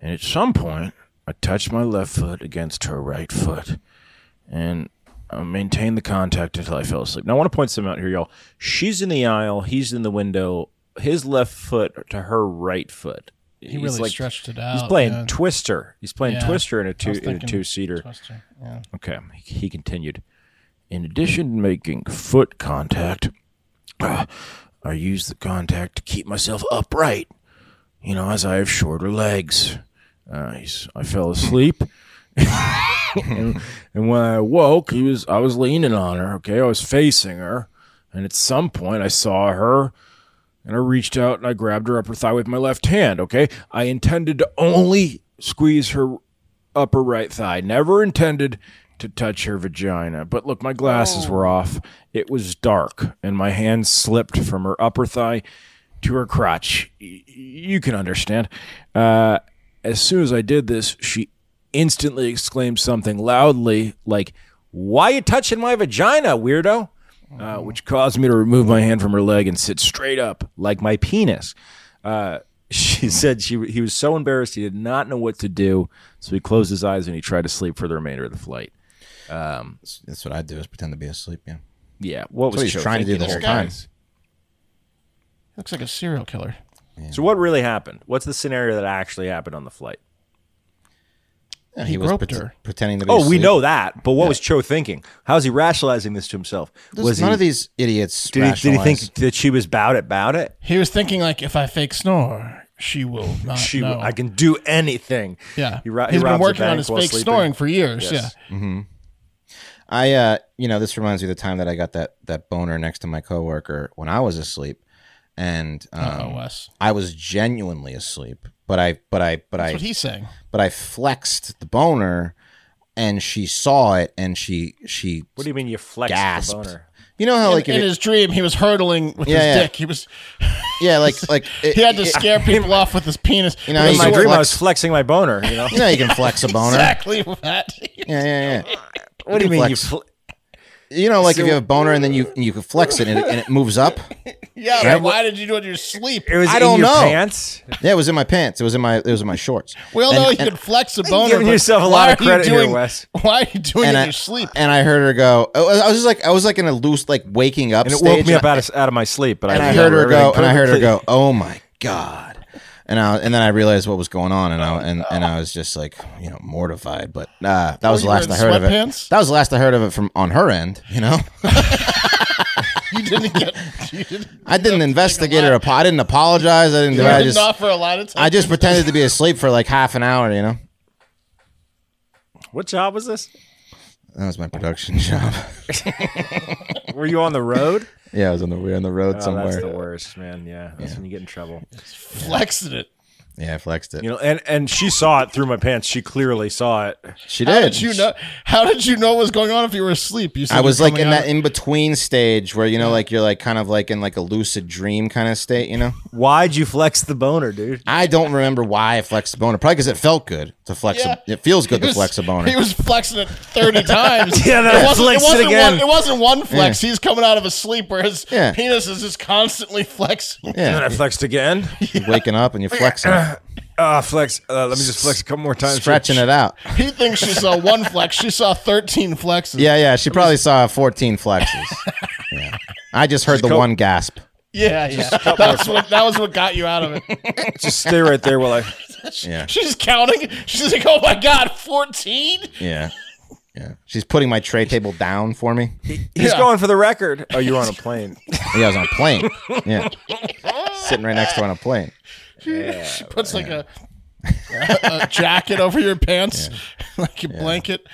Speaker 2: And at some point, I touched my left foot against her right foot and I maintained the contact until I fell asleep. Now, I want to point some out here, y'all. She's in the aisle, he's in the window, his left foot to her right foot.
Speaker 1: He really stretched it out.
Speaker 2: He's playing
Speaker 1: yeah.
Speaker 2: Twister. He's playing
Speaker 1: Yeah.
Speaker 2: Twister in
Speaker 1: I
Speaker 2: a
Speaker 1: was
Speaker 2: two in a
Speaker 1: thinking
Speaker 2: two seater.
Speaker 1: Twister, yeah.
Speaker 2: Okay. He he continued. In addition to making foot contact, uh, I use the contact to keep myself upright. You know, as I have shorter legs. Uh, he's, I fell asleep. and, and when I woke, he was I was leaning on her. Okay, I was facing her, and at some point I saw her, and I reached out and I grabbed her upper thigh with my left hand. Okay, I intended to only squeeze her upper right thigh. Never intended to touch her vagina. But look, my glasses were off. It was dark, and my hand slipped from her upper thigh to her crotch. Y- you can understand. Uh, as soon as I did this, she instantly exclaimed something loudly like, Why you touching my vagina, weirdo? Uh, which caused me to remove my hand from her leg and sit straight up like my penis. Uh, she said she he was so embarrassed he did not know what to do, so he closed his eyes and he tried to sleep for the remainder of the flight. Um,
Speaker 3: that's, what I do is pretend to be asleep. Yeah.
Speaker 2: Yeah. What
Speaker 3: That's what
Speaker 2: was
Speaker 3: he's
Speaker 2: Cho
Speaker 3: trying to do
Speaker 2: thinking
Speaker 3: the whole
Speaker 2: there,
Speaker 3: time.
Speaker 2: guys?
Speaker 1: Looks like a serial killer.
Speaker 2: So what really happened? What's the scenario that actually happened on the flight?
Speaker 3: Yeah,
Speaker 1: he
Speaker 3: was
Speaker 1: groped
Speaker 3: pret-
Speaker 1: her.
Speaker 3: pretending to be.
Speaker 2: Oh, we
Speaker 3: asleep.
Speaker 2: know that, but what was Cho thinking? How's he rationalizing this to himself?
Speaker 3: This-
Speaker 2: was
Speaker 3: none
Speaker 2: he-
Speaker 3: of these idiots.
Speaker 2: Did he, did he
Speaker 3: rationalize.
Speaker 2: think that she was bowed it, bowed it?
Speaker 1: He was thinking like, if I fake snore, she will not
Speaker 2: She,
Speaker 1: know.
Speaker 2: I can do anything.
Speaker 1: Uh, yeah,
Speaker 2: He, ro- he
Speaker 1: has been
Speaker 2: robs a
Speaker 1: working on
Speaker 2: bank
Speaker 1: his
Speaker 2: while
Speaker 1: fake
Speaker 2: sleeping.
Speaker 1: snoring for years.
Speaker 2: Yes.
Speaker 3: hmm I, uh, you know, this reminds me of the time that I got that that boner next to my coworker when I was asleep, and
Speaker 2: Uh-huh.
Speaker 1: Uh-oh,
Speaker 3: um,
Speaker 1: Oh, Wes.
Speaker 3: I was genuinely asleep, but I, but I, but
Speaker 1: That's
Speaker 3: I,
Speaker 1: what he's saying.
Speaker 3: But I flexed the boner, and she saw it, and she she.
Speaker 2: What do you mean you flexed
Speaker 3: gasped.
Speaker 2: the boner?
Speaker 3: You know
Speaker 1: Yeah.
Speaker 3: how
Speaker 1: In,
Speaker 3: Oh, like if
Speaker 1: in
Speaker 3: it-
Speaker 1: his dream, he was hurtling with
Speaker 3: Yeah,
Speaker 1: his
Speaker 3: yeah.
Speaker 1: dick. He was.
Speaker 3: yeah, like like
Speaker 1: he had to
Speaker 3: it-
Speaker 1: scare people off with his penis.
Speaker 3: You know,
Speaker 1: With
Speaker 3: you
Speaker 1: his
Speaker 3: can
Speaker 1: sword.
Speaker 3: dream I
Speaker 2: I was flexing my boner. You know.
Speaker 3: You know you can flex a boner.
Speaker 1: Exactly that.
Speaker 3: Yeah, yeah, yeah.
Speaker 2: What do you mean you fl-
Speaker 3: You know, like if
Speaker 2: So-
Speaker 3: you have a boner and then you you can flex it and it, and it moves up.
Speaker 1: Yeah,
Speaker 3: Yeah, but-
Speaker 1: like, why did you do it in your sleep?
Speaker 3: I don't know. Yeah, it was in my pants. It was in my it was in my shorts.
Speaker 1: We all
Speaker 3: And-
Speaker 1: know you
Speaker 3: and-
Speaker 1: can flex a boner.
Speaker 2: giving
Speaker 1: but
Speaker 2: yourself a
Speaker 1: why
Speaker 2: lot of
Speaker 1: are you
Speaker 2: credit here,
Speaker 1: doing-
Speaker 2: Wes.
Speaker 1: Why are you doing it
Speaker 3: and
Speaker 1: in
Speaker 3: I,
Speaker 1: your sleep?
Speaker 3: and I heard her go. I was, I was just like I was like in a loose like waking up.
Speaker 2: And it
Speaker 3: stage
Speaker 2: woke me
Speaker 3: and
Speaker 2: up
Speaker 3: I-
Speaker 2: out of, out of my sleep. But
Speaker 3: and
Speaker 2: I,
Speaker 3: I heard
Speaker 2: remember
Speaker 3: her go.
Speaker 2: everything
Speaker 3: And I heard her
Speaker 2: perfectly.
Speaker 3: go. Oh my god. And I and then I realized what was going on, and I and, and I was just like you know mortified. But uh, that
Speaker 1: Oh,
Speaker 3: was the
Speaker 1: you were
Speaker 3: last
Speaker 1: in
Speaker 3: I heard of
Speaker 1: sweatpants?
Speaker 3: it. That was the last I heard of it from on her end. You know,
Speaker 1: You didn't get. You didn't,
Speaker 3: I didn't investigate or apo- I didn't apologize. I didn't.
Speaker 1: you
Speaker 3: do it. I
Speaker 1: didn't
Speaker 3: just
Speaker 1: offer a lot of time.
Speaker 3: I just pretended to be asleep for like half an hour. You know,
Speaker 2: What job was this?
Speaker 3: that was my production job.
Speaker 2: Were you on the road?
Speaker 3: yeah, I was on the we were on the road
Speaker 2: Oh,
Speaker 3: somewhere.
Speaker 2: that's the worst, man. Yeah, that's when you get in trouble.
Speaker 1: flexing it.
Speaker 3: Yeah, I flexed it.
Speaker 2: You know, and and she saw it through my pants. She clearly saw it.
Speaker 3: She
Speaker 1: How did you know? How did you know what was going on if you were asleep? You said
Speaker 3: I
Speaker 1: you're
Speaker 3: was like
Speaker 1: coming
Speaker 3: in that
Speaker 1: out-
Speaker 3: in between stage where you know, like you're like kind of like in like a lucid dream kind of state. You know,
Speaker 2: why'd you flex the boner, dude?
Speaker 3: I don't remember why I flexed the boner. Probably because it felt good to flex.
Speaker 1: Yeah.
Speaker 3: A, it feels good
Speaker 1: He
Speaker 3: to
Speaker 1: was-
Speaker 3: flex a boner.
Speaker 1: He was flexing it thirty times.
Speaker 2: Yeah, then I
Speaker 1: it wasn't,
Speaker 2: flexed it
Speaker 1: wasn't
Speaker 2: again.
Speaker 1: One, it wasn't one flex.
Speaker 3: Yeah.
Speaker 1: He's coming out of a sleep where his
Speaker 3: Yeah.
Speaker 1: penis is just constantly flexing.
Speaker 3: Yeah.
Speaker 2: And I flexed again.
Speaker 3: You're waking up and you're flexing,
Speaker 2: Uh, flex. Uh, let me just flex a couple more times.
Speaker 3: stretching it out.
Speaker 1: He thinks she saw one flex. She saw thirteen flexes.
Speaker 3: Yeah, yeah. She probably saw 14 flexes. yeah. I just heard the
Speaker 2: couple-
Speaker 3: one gasp.
Speaker 1: yeah, yeah. That's what that was what got you out of it.
Speaker 2: Just stay right there while I.
Speaker 3: Yeah,
Speaker 1: She's counting. She's like, "Oh my god, 14?
Speaker 3: yeah, yeah. She's putting my tray table down for me.
Speaker 2: He's
Speaker 1: Yeah.
Speaker 2: going for the record. Oh, you were on a plane.
Speaker 3: Yeah, I was on a plane. Yeah, sitting right next to her on a plane.
Speaker 1: she puts like a, a, a jacket over your pants, like a blanket.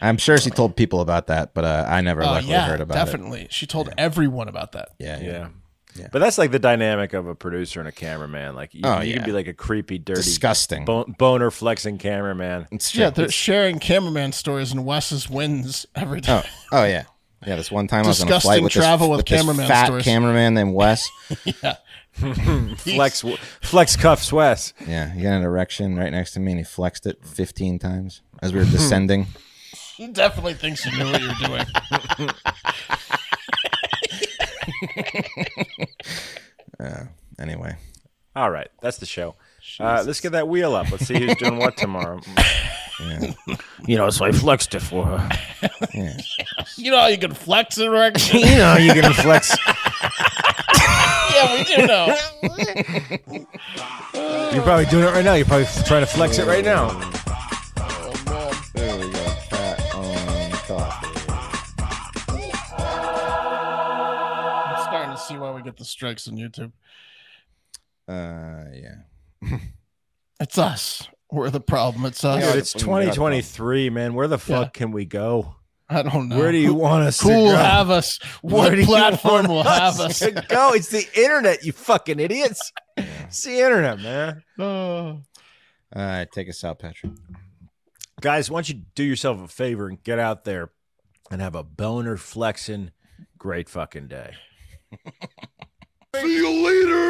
Speaker 3: I'm sure she told people about that, but uh, I never
Speaker 1: Oh,
Speaker 3: luckily
Speaker 1: yeah,
Speaker 3: heard about it.
Speaker 1: definitely. She told everyone about that.
Speaker 3: Yeah, yeah.
Speaker 2: Yeah. But that's like the dynamic of a producer and a cameraman. Like you,
Speaker 3: Oh,
Speaker 2: you
Speaker 3: yeah.
Speaker 2: can be like a creepy, dirty,
Speaker 3: Disgusting.
Speaker 2: bon- boner flexing cameraman.
Speaker 3: It's true.
Speaker 1: Yeah, they're sharing cameraman stories and Wes's wins every
Speaker 3: Oh,
Speaker 1: time.
Speaker 3: oh yeah, yeah. This one time I was on a flight
Speaker 1: Disgusting
Speaker 3: with this-
Speaker 1: travel with
Speaker 3: this
Speaker 1: cameraman
Speaker 3: fat
Speaker 1: stories.
Speaker 3: cameraman named Wes.
Speaker 1: yeah.
Speaker 2: flex, flex cuffs, Wes.
Speaker 3: Yeah, he got an erection right next to me, and he flexed it 15 times as we were descending.
Speaker 1: He definitely thinks you knew what you're doing.
Speaker 3: Uh, anyway,
Speaker 2: All right, that's the show. Uh, let's get that wheel up. Let's see who's doing what tomorrow.
Speaker 3: yeah,
Speaker 2: You know, so I flexed it for her.
Speaker 3: yeah.
Speaker 1: you know how you can flex an erection?
Speaker 2: You know, you can flex.
Speaker 1: yeah, we do know.
Speaker 2: You're probably doing it right now. You're probably trying to flex it right now.
Speaker 1: Oh,
Speaker 3: There we go. Fat on coffee.
Speaker 1: I'm starting to see why we get the strikes on YouTube.
Speaker 3: Uh, yeah.
Speaker 1: It's us. We're the problem. It's us.
Speaker 2: Dude, it's 2023, man. Where the fuck can we go?
Speaker 1: I don't know.
Speaker 2: Where do you want us
Speaker 1: Who
Speaker 2: to
Speaker 1: will
Speaker 2: go?
Speaker 1: have us?
Speaker 2: Where
Speaker 1: What
Speaker 2: do you
Speaker 1: platform
Speaker 2: want
Speaker 1: will have us?
Speaker 2: to go? It's the internet, you fucking idiots. It's the internet, man.
Speaker 1: Oh.
Speaker 3: All right, Uh, take us out, Patrick.
Speaker 2: Guys, why don't you do yourself a favor and get out there and have a boner flexing great fucking day.
Speaker 4: See you later.